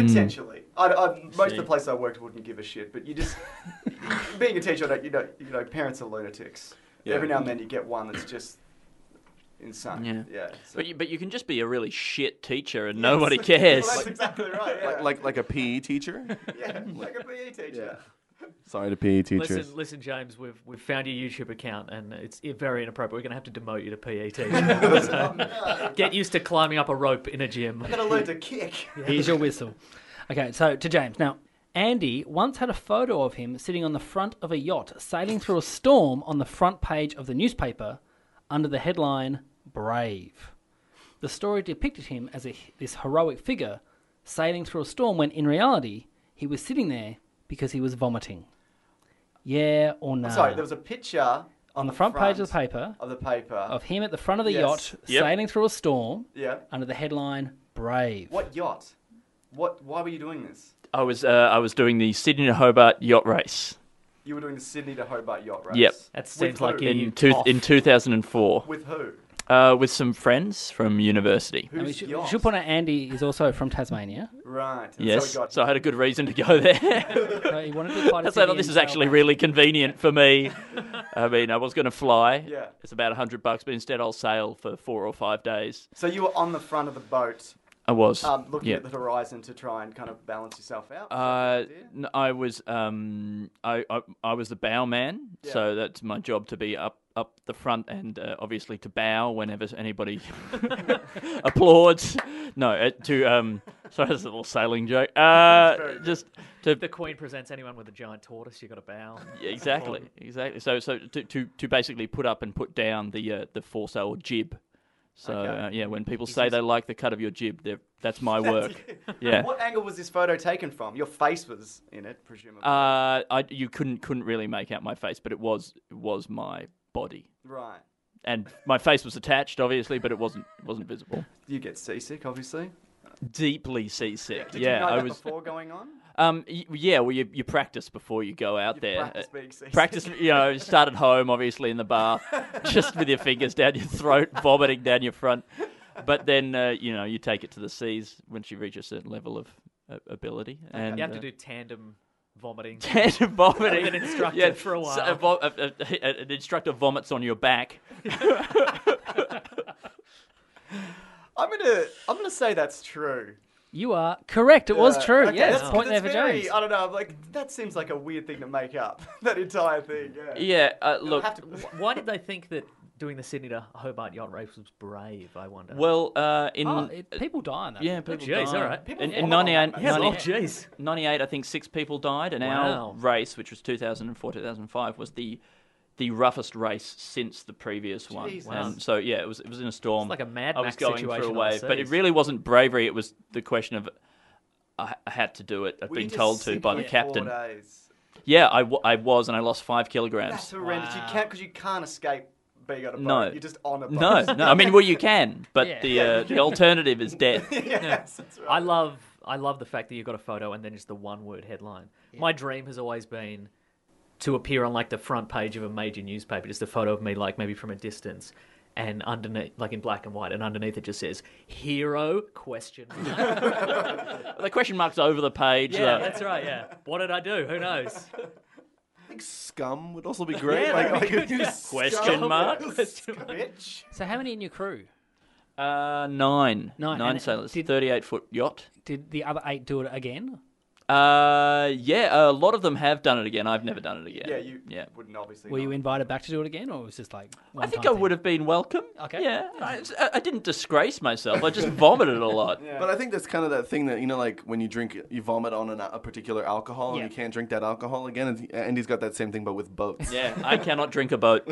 potentially. I, I, most of the places I worked wouldn't give a shit, but you just being a teacher, I don't- you know, you know, parents are lunatics. Every now and then you get one that's just insane.
Yeah.
yeah so-
But you, but you can just be a really shit teacher and
Yes.
nobody
Well,
cares.
that's exactly right. Yeah.
Like, like like a PE teacher.
yeah, like a PE teacher.
Sorry to PE teachers.
Listen, listen, James. We've we've found your YouTube account, and it's i- very inappropriate. We're going to have to demote you to PE teacher.
Oh, no.
Get used to climbing up a rope in a gym.
I'm gonna learn to kick.
Here's your whistle. Okay, so to James. Now, Andy once had a photo of him sitting on the front of a yacht sailing through a storm on the front page of the newspaper under the headline Brave. The story depicted him as a, this heroic figure sailing through a storm when in reality he was sitting there because he was vomiting. Yeah or no?
Sorry, there was a picture on the,
front page of the paper
Of the paper.
of him at the front of the
Yes.
yacht
Yep.
sailing through a storm
yeah.
under the headline Brave.
What yacht? What? Why were you doing this?
I was uh, I was doing the Sydney to Hobart yacht race.
You were doing the Sydney to Hobart yacht race.
Yep.
That
With
seems
who?
like you-
in two,
cough.
in 2004
With who?
uh, with some friends from university.
And we
Who's
should, we
yacht?
should point out Andy is also from Tasmania.
Right. and
Yes,
So we got
so I had a good reason to go there.
So he wanted to be part
I
of
said,
the
oh, this is
NFL
actually
match."
really convenient for me. I mean, I was going to fly.
Yeah.
It's about 100 bucks, but instead I'll sail for four or five days.
So you were on the front of the boat,
I was.
um, looking
yeah.
at the horizon to try and kind of balance yourself out.
Uh, n- I was um I, I I was the bowman, so that's my job to be up up the front and uh, obviously to bow whenever anybody applauds. No, uh, to um sorry, that's a little sailing joke. Uh, just to
The Queen presents anyone with a giant tortoise. You got to bow.
Yeah, exactly, exactly. So, so to, to, to basically put up and put down the uh, the foresail jib. So uh, yeah, when people say they like the cut of your jib, they're- that's my work. yeah.
What angle was this photo taken from? Your face was in it, presumably.
Uh, I, you couldn't couldn't really make out my face, but it was it was my body,
right.
and my face was attached, obviously, but it wasn't it wasn't visible.
You get seasick, obviously.
Deeply seasick.
Did
yeah,
you know
I
that
was.
before going on?
Um, y- yeah, well, you, you practice before you go out there.
practice
Uh,
being seasick.
Practice, you know, start at home, obviously, in the bath, just with your fingers down your throat, vomiting down your front. But then, uh, you know, you take it to the seas once you reach a certain level of uh, ability. And,
You have to
uh,
do tandem vomiting.
tandem vomiting.
With an instructor for a
So a
while.
vo- uh, a- a- an instructor vomits on your back.
I'm gonna, I'm gonna say that's true.
You are correct. It was
Uh,
true.
okay,
yes,
that's- Uh,
point there
that's
for
very-
James.
I don't know. I'm like, that seems like a weird thing to make up. that entire thing. Yeah.
Yeah, uh, look.
Have to-
Why did they think that doing the Sydney to Hobart yacht race was brave? I wonder.
Well, uh, in.
Oh, it, people die on that.
yeah, people
Oh, jeez,
die.
all right. People
In, in
vomit on
98,
that.
yeah, oh
98
jeez.
98, I think six people died, and
Wow.
our race, which was 2004, 2005, was the the roughest race since the previous one.
Jesus.
And so yeah, it was it was in a storm.
It's like a Mad
I was
Max
going
situation
through a
on
wave,
the
but it
seas.
really wasn't bravery. It was the question of I, I had to do it. I've
Were you
been
just
told
sick
to by
for
the
four
captain.
days?
Yeah, I, w- I was, and I lost five
That's
kilograms.
horrendous. You can't because you can't escape being on a boat.
No.
You're just on a boat.
No, no. I mean, well, you can, but
Yeah.
the uh, the alternative is death.
yes, that's right.
I love I love the fact that you got a photo and then just the one word headline. My dream has always been to appear on like the front page of a major newspaper, just a photo of me like maybe from a distance. And underneath, like in black and white, and underneath it just says "hero?" Question. mark."
The question mark's over the page. uh,
yeah,
though.
that's right. Yeah. What did I do? Who knows?
I think scum would also be great.
Yeah,
like,
that'd
like,
be
you
Question mark.
bitch.
So how many in your crew?
Uh, nine.
Nine, and it
sailors.
did-
Thirty-eight foot yacht.
Did the other eight do it again?
Uh, yeah, a lot of them have done it again. I've never done it again.
Yeah, you
Yeah.
wouldn't obviously.
Were you
not.
invited back to do it again, or was it just like? One
I think I would have been welcome.
Okay.
Yeah. I, I didn't disgrace myself. I just vomited a lot.
But I think that's kind of that thing that you know, like when you drink, you vomit on an, a particular alcohol,
Yeah.
and you can't drink that alcohol again. And Andy's got that same thing, but with boats.
Yeah, I cannot drink a boat.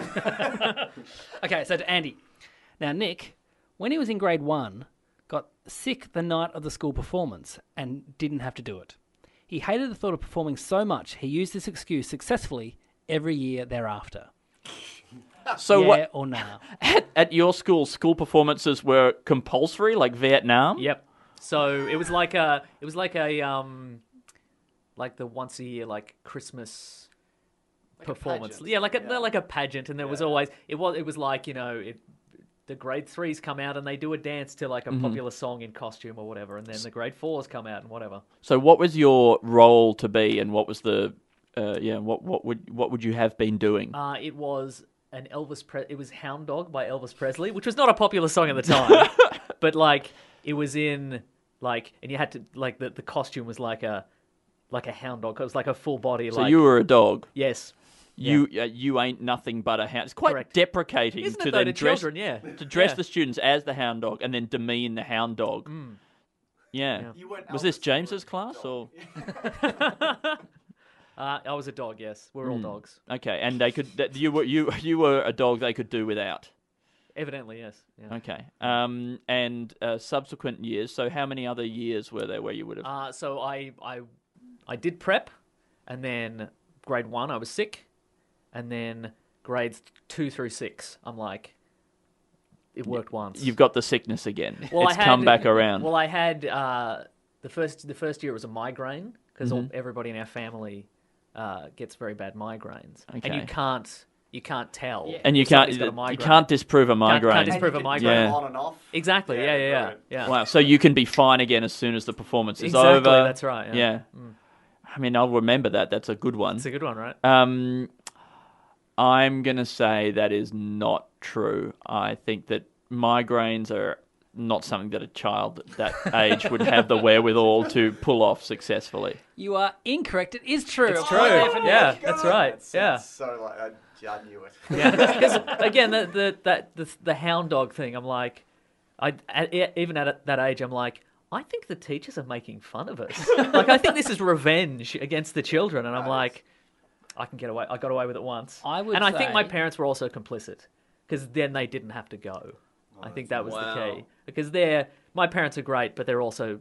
Okay, so to Andy. Now Nick, when he was in grade one, got sick the night of the school performance and didn't have to do it. He hated the thought of performing so much. He used this excuse successfully every year thereafter.
So
yeah
what?
or nah?
At, at your school, school performances were compulsory, like Vietnam.
Yep. So it was like a, it was like a, um, like the once a year like Christmas performance.
pageant.
yeah, like a
Yeah.
like a pageant, and there was always it was it was like you know it, the grade threes come out and they do a dance to like a popular song in costume or whatever, and then the grade fours come out and whatever.
So what was your role to be, and what was the, uh, yeah, what what would what would you have been doing?
Uh, it was an Elvis. Pre- it was Hound Dog by Elvis Presley, which was not a popular song at the time, but like it was in like, and you had to like the, the costume was like a like a hound dog. It was like a full body.
so
like,
you were a dog.
yes,
You uh, you ain't nothing but a hound. It's quite
Correct.
deprecating
Isn't it
to
though,
then
to
dress
children, yeah.
to dress
Yeah.
the students as the hound dog and then demean the hound dog.
Mm.
Yeah.
You weren't
Was this
Elvis, you were
James's
a
class or
uh, I was a dog. Yes, we're
Hmm.
all dogs.
okay? And they could that you were you you were a dog they could do without.
Evidently, yes. Yeah.
Okay. Um, and uh, subsequent years. So how many other years were there where you would have?
Uh, so I, I I did prep, and then grade one I was sick, and then grades two through six I'm like, it worked once.
You've got the sickness again.
Well, I
it's
had-
come back around.
Well, I had uh, the first the first year it was a migraine because
Mm-hmm.
everybody in our family uh, gets very bad migraines, and you
Okay.
can't you can't tell,
and you
if
can't
somebody's got a
you
migraine.
can't disprove a
can't
migraine.
And
disprove- Prove
you
a
could
migraine.
turn it on and off.
exactly. Yeah, yeah, yeah.
right.
yeah.
Wow. So you can be fine again as soon as the performance is
Exactly,
over.
that's right, yeah.
I mean, I'll remember that. That's a good one.
It's a good one, right?
Um, I'm going to say that is not true. I think that migraines are not something that a child at that age would have the wherewithal to pull off successfully.
You are incorrect. It is true. Oh,
It's true. Oh yeah, that's right.
That's-
yeah.
that's So like I, yeah, I knew it.
Because again, the the, that, the the hound dog thing, I'm like, I at, e- even at that age, I'm like, I think the teachers are making fun of us. like, I think this is revenge against the children, and I'm like, I can get away. I got away with it once.
I would
and I think my
say-
parents were also complicit because then they didn't have to go. I think that was the key because they're my parents are great, but they're also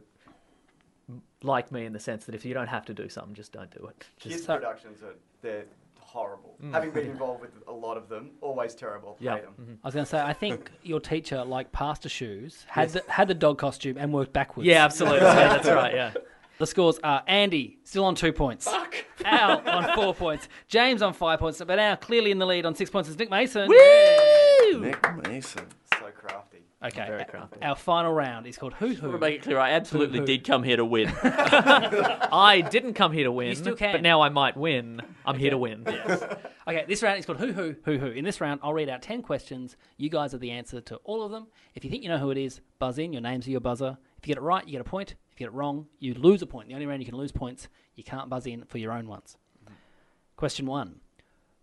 like me in the sense that if you don't have to do something, just don't do it.
Kids productions are they're horrible. Having been involved with a lot of them, always terrible.
Mm. Yeah. Mm-hmm.
Hate 'em.
I was going to say, I think your teacher, like Pastor Shoes, had the, had the dog costume and worked backwards.
Yeah, absolutely. yeah, that's right. Yeah.
The scores are Andy still on two points. Fuck. Al on four points. James on five points. But now clearly in the lead on six points is Nick Mason.
Nick Mason.
So crafty.
Okay. Our final round is called Who Who.
To make it clear, I absolutely
Boo-hoo.
did come here to win.
I didn't come here to win.
still can.
But now I might win. I'm here to win.
Okay, this round is called Who Who Who Who. In this round, I'll read out 10 questions. You guys are the answer to all of them. If you think you know who it is, buzz in. Your names are your buzzer. If you get it right, you get a point. If you get it wrong, you lose a point. The only round you can lose points, you can't buzz in for your own ones.
Mm-hmm.
Question one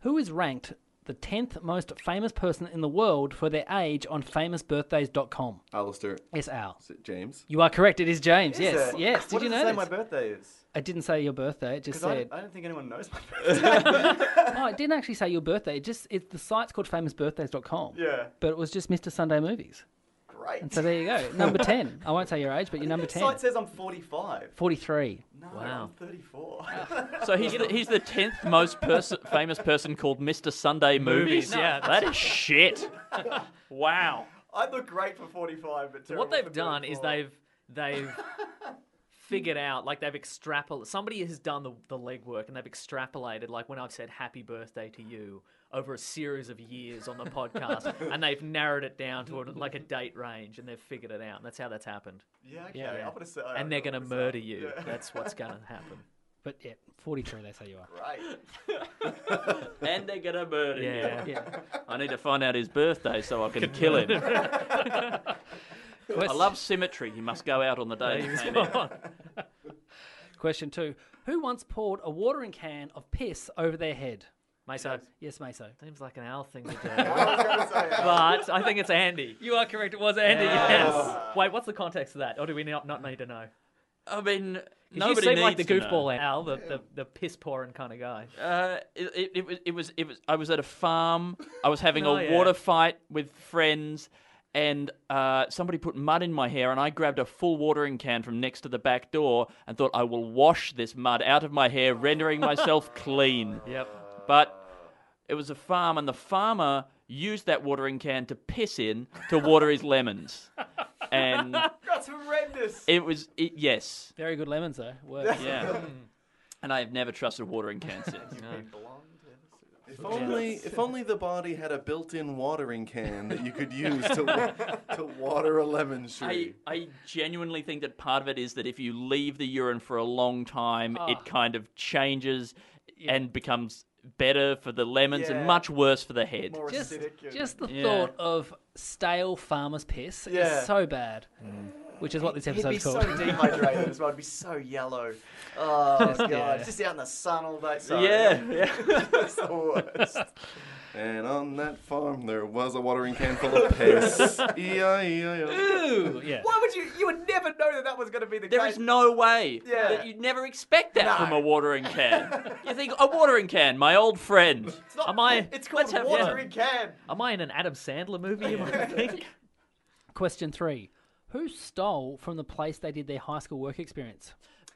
Who is ranked the 10th most famous person in the world for their age on famousbirthdays.com?
Alistair.
Yes, Al.
Is it James?
You are correct. It is James. yes,
it?
yes. Did
what
you
does
know?
it say
this?
my birthday is?
I didn't say your birthday. It just
Because I,
said.
don't- I don't think anyone knows my birthday.
Oh, it didn't actually say your birthday. It just it, the site's called famousbirthdays.com.
Yeah.
But it was just Mr. Sunday Movies.
Great.
And so there you go. Number 10. I won't say your age, but you're number
The
10.
site says I'm 45.
43.
No,
Wow.
I'm 34.
So he's the, he's the tenth most person, famous person called Mr. Sunday Movies.
Movies, yeah.
that is shit. wow.
I look great for 45, but
what
terrible
they've
for
done is
34.
they've they've figured out like they've extrapolated somebody has done the, the legwork and they've extrapolated like when i've said happy birthday to you over a series of years on the podcast and they've narrowed it down to a, like a date range and they've figured it out and that's how that's happened
Yeah, okay.
Yeah.
I'm gonna say.
and they're going to murder you that's what's going to happen
But yeah, 43, they say you are.
Right.
And they're gonna murder
yeah,
you. I need to find out his birthday so I can kill him. I
Question,
love symmetry. He must go out on the day. he came out.
question two Who once poured a watering can of piss over their head?
Meso,
Yes, Meso.
seems like an owl thing to do
I was gonna say, uh,
but i think it's andy
You are correct. It was Andy.
yes wait what's the context of that or do we not, not need to know
I mean,
'Cause
nobody
you seem like the
needs
Uh,
to know.
goofball Al, the, the, the piss pouring kind of guy.
Uh, it, it, it, was, it was it was I was at a farm. I was having
Oh,
a
yeah.
water fight with friends, and uh, somebody put mud in my hair, and I grabbed a full watering can from next to the back door and thought I will wash this mud out of my hair, rendering myself clean.
Yep.
But it was a farm, and the farmer used that watering can to piss in to water his lemons. And
That's horrendous.
it was, it, yes.
Very good lemons though. Works.
Yeah. And I have never trusted a watering can since.
If only, if only the body had a built-in watering can that you could use to wa- to water a lemon
I,
tree.
I genuinely think that part of it is that if you leave the urine for a long time,
Ah.
it kind of changes and becomes better for the lemons
Yeah.
and much worse for the head.
More
Just,
acidic. and-
just the
Yeah.
thought of stale farmer's piss
Yeah.
is so bad. Which is what this
He'd be
episode's
so
called.
dehydrated as well. He'd be so yellow. Oh god,
yeah.
just out in the sun all day. Sorry.
Yeah, yeah.
It's the worst.
And on that farm, there was a watering can full of piss. E E-I-E-I-O.
Ooh, yeah.
Why would you? You would never know that that was going to be the
There
case.
is no way
Yeah.
that you'd never expect that
No.
from a watering can. you think a watering can, my old friend.
It's not-
Am I-
It's called
let's have
watering can.
Am I in an Adam Sandler movie? You might think?
Question three. Who stole from the place they did their high school work experience?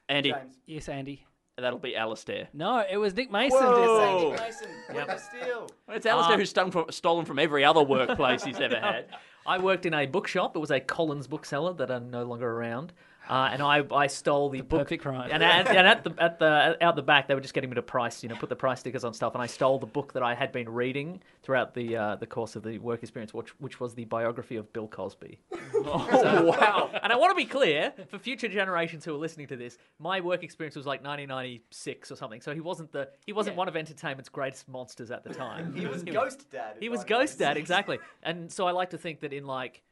Andy,
James.
Yes, Andy.
that'll be Alistair.
No, it was Nick Mason.
Whoa.
Did
Oh.
Nick Mason, Witness Steel.
It's Alistair who's stolen from, stolen from every other workplace he's ever had.
I worked in a bookshop. It was a Collins bookseller that are no longer around. Uh, and I, I stole the, book.
perfect crime.
And, at, and at the at the out the back, they were just getting me to price, you know, put the price stickers on stuff. And I stole the book that I had been reading throughout the uh, the course of the work experience, which which was the biography of Bill Cosby.
Oh, wow.
And I want to be clear for future generations who are listening to this, my work experience was like 1996 or something. So he wasn't the he wasn't one of entertainment's greatest monsters at the time.
He was Ghost Dad. in
He was
1996.
ghost dad, exactly. And so I like to think that in like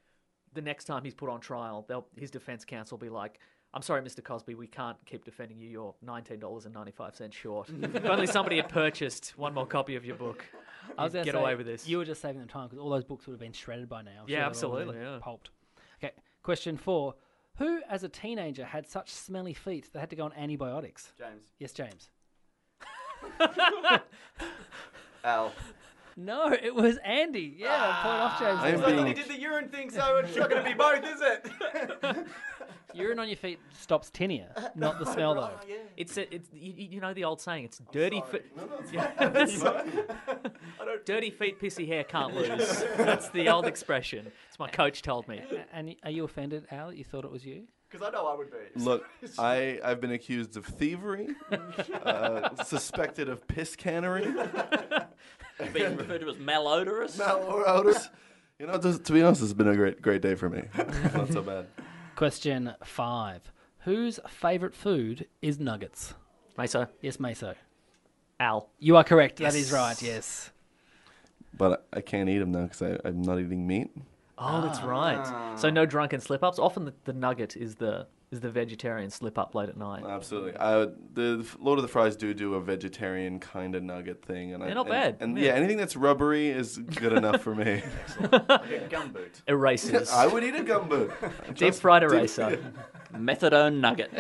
the next time he's put on trial, they'll, his defense counsel will be like, "I'm sorry, Mr. Cosby, we can't keep defending you. You're nineteen dollars and ninety five cents short. if only somebody had purchased one more copy of your book,
I was
you'd
gonna
get
say,
away with this."
You were just saving them time because all those books would have been shredded by now. I'm
Yeah,
sure they've all
absolutely,
been
yeah.
Pulped. Okay. Question four. Who, as a teenager, had such smelly feet they had to go on antibiotics?
James.
Yes, James.
Al.
No, it was Andy. Yeah, point off, James.
I'm
So he
being,
did the urine thing, so it's not going to be both, is it?
Urine on your feet stops tinea, not the smell though.
it's a, it's you, you know the old saying, it's dirty feet. dirty feet, pissy hair can't lose. That's the old expression. It's my coach told me.
A- And y- are you offended, Al? that You thought it was you?
Because I know I would be.
look, I, I've been accused of thievery, uh, suspected of piss cannery,
Being referred to as malodorous.
malodorous. You know, just, to be honest, it's been a great, great day for me. It's not so bad.
Question five. Whose favourite food is nuggets?
Meso,
Yes, Meso.
Al.
You are correct. That is right. Yes.
But I can't eat them now because I'm not eating meat.
Oh, that's
Ah.
right. So no drunken slip ups. Often the, the nugget is the is the vegetarian slip up late at night.
Absolutely. I would, the the Lord of the Fries do do a vegetarian kind of nugget thing, and I,
They're not
and-
bad.
And
Yeah.
yeah. anything that's rrubbery is good enough for me.
Like a gumboot.
Erasers.
I would eat a gumbo.
Deep fried eraser.
Methadone nugget.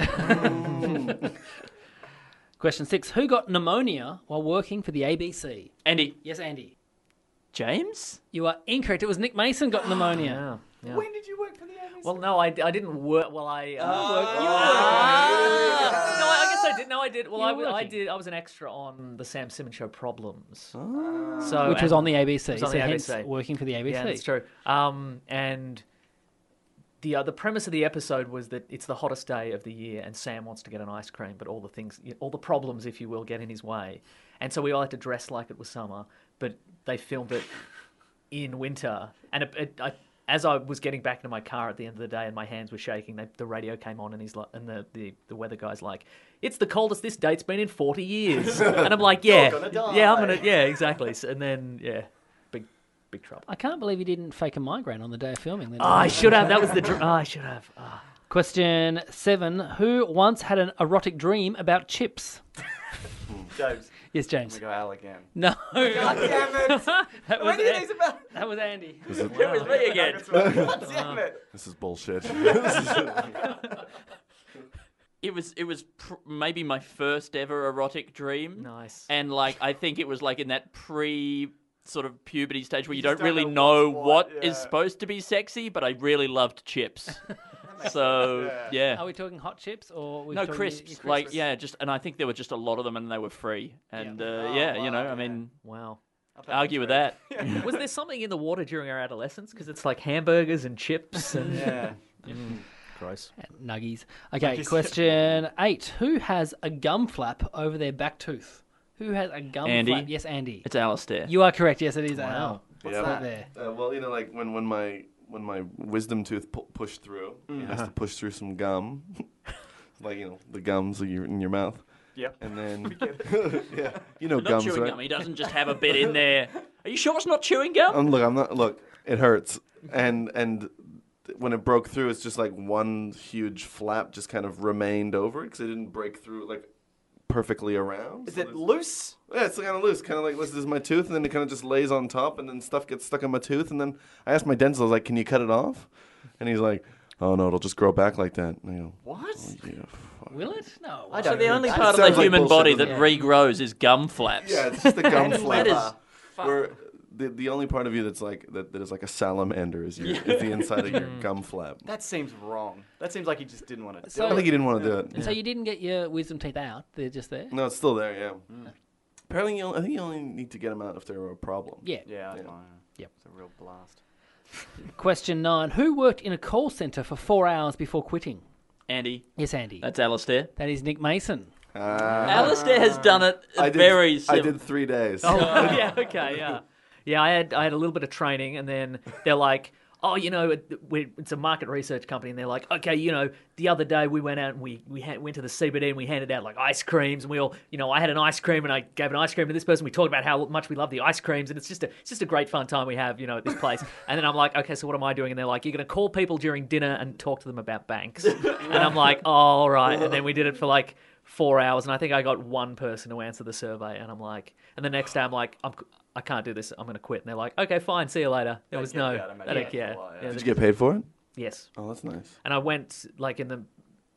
Question six. Who got pneumonia while working for the ABC?
Andy,
Yes, Andy.
James?
You are incorrect. It was Nick Mason got
Yeah.
pneumonia.
yeah.
When did you work for the ABC?
Oh. Well, no, I, I didn't work. Well, I. Uh,
Ah.
No, I, I guess I did. No, I did. Well, I,
You were
w- I
working.
did. I was an extra on the Sam Simmons show Problems.
Ah.
So
Which was
and-
on the ABC,
Ah. on
so
the
hence
ABC.
working for the ABC.
Yeah, that's true. Um, and the uh, the premise of the episode was that it's the hottest day of the year, and Sam wants to get an ice cream, but all the things, all the problems, if you will, get in his way, and so we all had to dress like it was summer, but they filmed it in winter, and it, it, I, as I was getting back into my car at the end of the day, and my hands were shaking, they, the radio came on, and he's like, and the, the the weather guy's like, "It's the coldest this date's been in forty years," and I'm like, "Yeah,
gonna die."
yeah, I'm gonna, yeah, exactly," So- and then yeah, big big trouble.
I can't believe you didn't fake a migraine on the day of filming. Then.
Oh, I should have. That was the. Dr- oh, I should have. Ah.
Question seven. Who once had an erotic dream about chips?
James.
Yes,
We
James.
go Al again.
No.
God damn it!
that,
when
was
are
An-
these about?
that was Andy.
It was me again.
God damn it!
This is bullshit.
It was it was pr- maybe my first ever erotic dream.
Nice.
And like I think it was like in that pre sort of puberty stage where you,
just
don't
don't
really
know
know
what's
what is
what, yeah.
supposed to be sexy, but I really loved chips. so yeah.
Are we talking hot chips or we're
no
talking-
crisps, like yeah, just and I think there were just a lot of them, and they were free, and yeah, uh, yeah you know, I mean,
Wow.
argue with that.
Was there something in the water during our adolescence? Because it's like hamburgers and chips and
Yeah. Mm.
gross.
Nuggies. Okay, question eight. Who has a gum flap over their back tooth? Who has a gum
Andy.
flap? Yes, Andy.
It's Alistair.
You are correct. Yes, it is. Wow.
What's
Right there.
Uh, well, you know, like when, when my when my wisdom tooth pu- pushed through, it has to push through some gum, like you know the gums in your, in your mouth.
Yep.
And then, yeah, you know
Not
gums,
chewing
right?
gum. He doesn't just have a bit in there. Are you sure it's not chewing gum?
Um, look, I'm not. Look, it hurts, and and th- when it broke through, it's just like one huge flap just kind of remained over because it didn't break through like perfectly around.
Is
So
it
there's-
loose?
Yeah, it's kind of loose, kind of like this is my tooth, and then it kind of just lays on top, and then stuff gets stuck in my tooth, and then I asked my dentist, I was like, "Can you cut it off?" And he's like, "Oh no, it'll just grow back like that." And I go,
What?
"Yeah, fuck."
Will it? No.
So the only part of
Sounds
the
like
human
bullshit,
body that
doesn't
regrows is gum flaps.
Yeah, it's just the gum flap.
that is
Where the, the only part of you that's like that, that is like a salamander is, your, is the inside of your gum flap.
That seems wrong. That seems like he just didn't want to
So-
I think he didn't want to do it.
So you didn't get your wisdom teeth out. They're just there.
No, it's still there. Yeah.
Mm.
Apparently, you only, I think you only need to get them out if they're a problem.
Yeah.
do it. Yeah, I know.
Yep.
It's a real blast.
Question nine. Who worked in a call center for four hours before quitting?
Andy,
Yes, Andy.
that's Alistair.
That is Nick Mason.
Ah,
Alistair has done it
I did.
very
I
similar.
did three days.
Mm. Oh, yeah, okay, yeah. Yeah, I had I had a little bit of training, and then they're like, oh, you know, it, we it's a market research company, and they're like, okay, you know, the other day we went out and we we ha- went to the CBD and we handed out like ice creams, and we all, you know, I had an ice cream and I gave an ice cream to this person. We talked about how much we love the ice creams, and it's just a it's just a great fun time we have, you know, at this place. and then I'm like, okay, so what am I doing? And they're like, you're gonna call people during dinner and talk to them about banks, and I'm like, oh, all right. And then we did it for like four hours, and I think I got one person to answer the survey, and I'm like, and the next day I'm like, I'm, I can't do this, I'm going to quit, and they're like, okay, fine, see you later. There was
get
no,
you out of
they don't
making
care.
it lie, yeah.
Yeah,
Did you
they-
get paid for it?
yes,
Oh, that's nice.
and I went like in the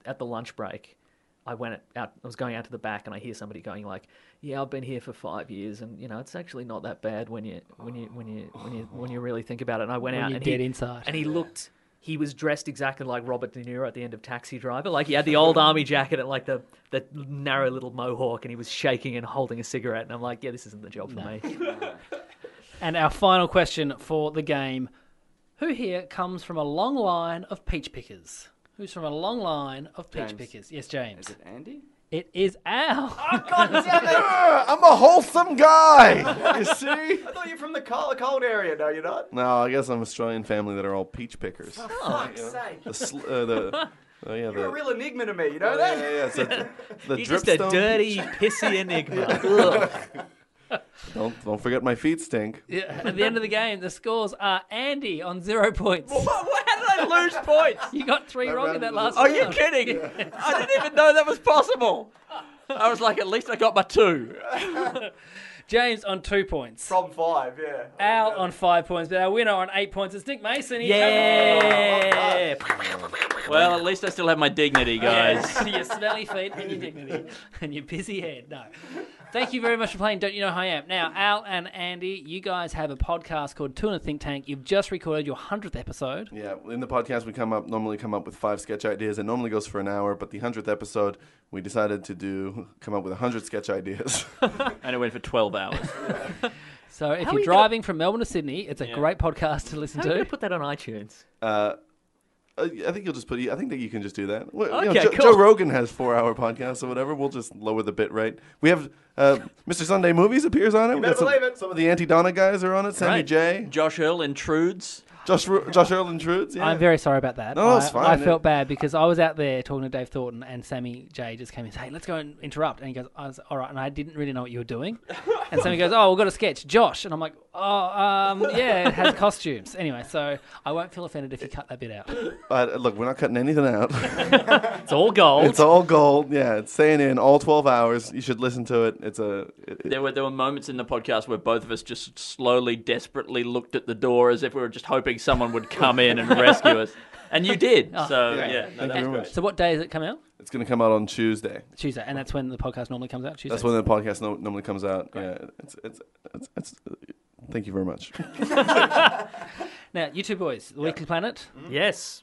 at the lunch break. I went out. I was going out to the back, and I hear somebody going like, "Yeah, I've been here for five years, and you know it's actually not that bad when you when you when you when you when you really think about it." And I went
When
out
you're
and
dead
he,
inside.
and he looked. He was dressed exactly like Robert De Niro at the end of Taxi Driver. Like he had the old army jacket and like the the narrow little mohawk, and he was shaking and holding a cigarette. And I'm like, "Yeah, this isn't the job for me."
And our final question for the game Who here comes from a long line of peach pickers? Who's from a long line of peach
James.
pickers? Yes, James.
Is it Andy?
It is Al.
Ah, I'm a wholesome guy. You see?
I thought you were from the cold, cold area. No, you're not.
No, I guess I'm Australian family that are all peach pickers.
Fuck's sake.
The sl- uh, the oh yeah
You're a
the
real enigma to me. You know
yeah
that?
yeah, yeah. So the the
You're just a
dripstone.
dirty, pissy enigma. Ugh.
Don't don't forget my feet stink.
Yeah, At the end of the game, the scores are Andy on zero points.
How did I lose points?
You got three wrong in that last
Are you
round.
kidding? I didn't even know that was possible. I was like, at least I got my two.
James on two points.
Problem five, yeah.
Al on five points, but our winner on eight points is Nick Mason. He's
Yeah.
Well, at least I still have my dignity, guys.
Yes, your smelly feet and your dignity and your busy head. No. Thank you very much for playing Don't You Know Who I Am. Now, Al and Andy, you guys have a podcast called Two in a Think Tank. You've just recorded your 100th episode.
Yeah, in the podcast we come up normally come up with five sketch ideas. It normally goes for an hour, but the hundredth episode we decided to do come up with hundred sketch ideas.
And it went for 12 hours.
So
How are you
if you're
gonna-
driving from Melbourne to Sydney, it's a great podcast to listen
How are you
to.
going to put that on iTunes?
uh, I I think you'll just put. I think that you can just do that. Well, you know,
Okay,
Jo-
cool.
Joe Rogan has four-hour podcasts or whatever. We'll just lower the bit rate. We have uh, Mr. Sunday Movies appears on it. We
better
got some,
believe it.
some of the Anti Donna guys are on it. Sammy
Right.
J,
Josh Earl intrudes.
Josh, Ru- Josh Earl intrudes. Yeah.
I'm very sorry about that.
No,
I,
it's fine.
I felt bad because I was out there talking to Dave Thornton and Sammy J just came and said, hey, let's go and interrupt. And he goes, I was, all right. And I didn't really know what you were doing. And Sammy goes, oh, we've got a sketch, Josh. And I'm like, oh, um, yeah, it has costumes. Anyway, so I won't feel offended if you cut that bit out.
But uh, look, we're not cutting anything out.
It's all gold.
it's all gold. Yeah, it's staying in all twelve hours. You should listen to it. It's a. it- it-
There were, there were moments in the podcast where both of us just slowly, desperately looked at the door as if we were just hoping someone would come in and rescue us. And you did. So, yeah. no,
Thank you
that was
very
Oh, great.
much.
So what day does it come out?
It's going to come out on Tuesday.
Tuesday. And that's when the podcast normally comes out, Tuesday.
That's when the podcast no- normally comes out. Yeah, it's it's it's. it's thank you very much.
Now, you two boys, The Weekly Planet,
Yes.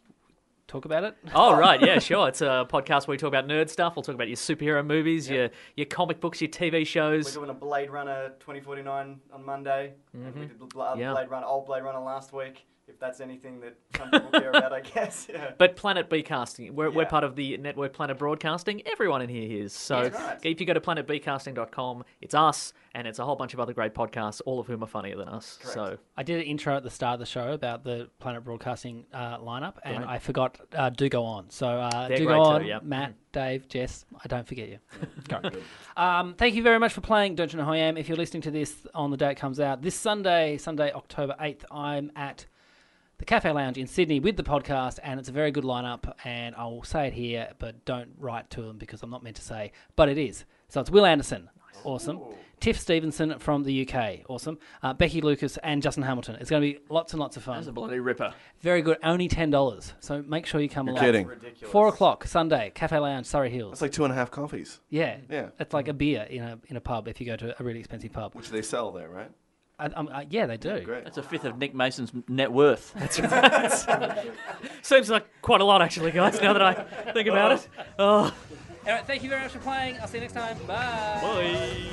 talk about it?
Oh right, yeah, sure. It's a podcast where we talk about nerd stuff. We'll talk about your superhero movies, your your comic books, your TV
We're
shows.
doing a Blade Runner 2049 on Monday. And we did the Bla-
Yeah.
Blade Runner, old Blade Runner last week. If that's anything that some people care about, I guess. Yeah.
But Planet B Casting, we're, we're
Yeah.
part of the network Planet Broadcasting. Everyone in here is. So
That's right.
if you go to planetbcasting.com, it's us and it's a whole bunch of other great podcasts, all of whom are funnier than us. So
I did an intro at the start of the show about the Planet Broadcasting uh, lineup, and I forgot uh, Do Go On. So uh,
They're
Do
great
Go
too, Mm.
On,
yeah.
Matt, Dave, Jess, I don't forget you. Correct. Um, thank you very much for playing Don't You Know Who I Am. If you're listening to this on the day it comes out, this Sunday, Sunday, October 8th, I'm at the Cafe Lounge in Sydney with the podcast, and it's a very good lineup. And I will say it here, but don't write to them because I'm not meant to say, but it is. So it's Will Anderson, awesome. Tiff Stevenson from the UK, awesome. Uh, Becky Lucas and Justin Hamilton. It's going to be lots and lots of
That's a
fun.
bloody ripper.
Very good. Only ten dollars. So make sure you come along.
kidding.
Ridiculous.
Four o'clock Sunday, Cafe Lounge, Surrey Hills.
It's like two and a half coffees,
yeah,
Yeah.
It's like a beer in a in a pub if you go to a really expensive pub.
which they sell there, right?
I, I'm- I, yeah, they do.
Great.
That's a fifth of Nick Mason's net worth.
seems like quite a lot actually, guys. Now that I think about it. Oh.
All right. Thank you very much for playing. I'll see you next time. Bye.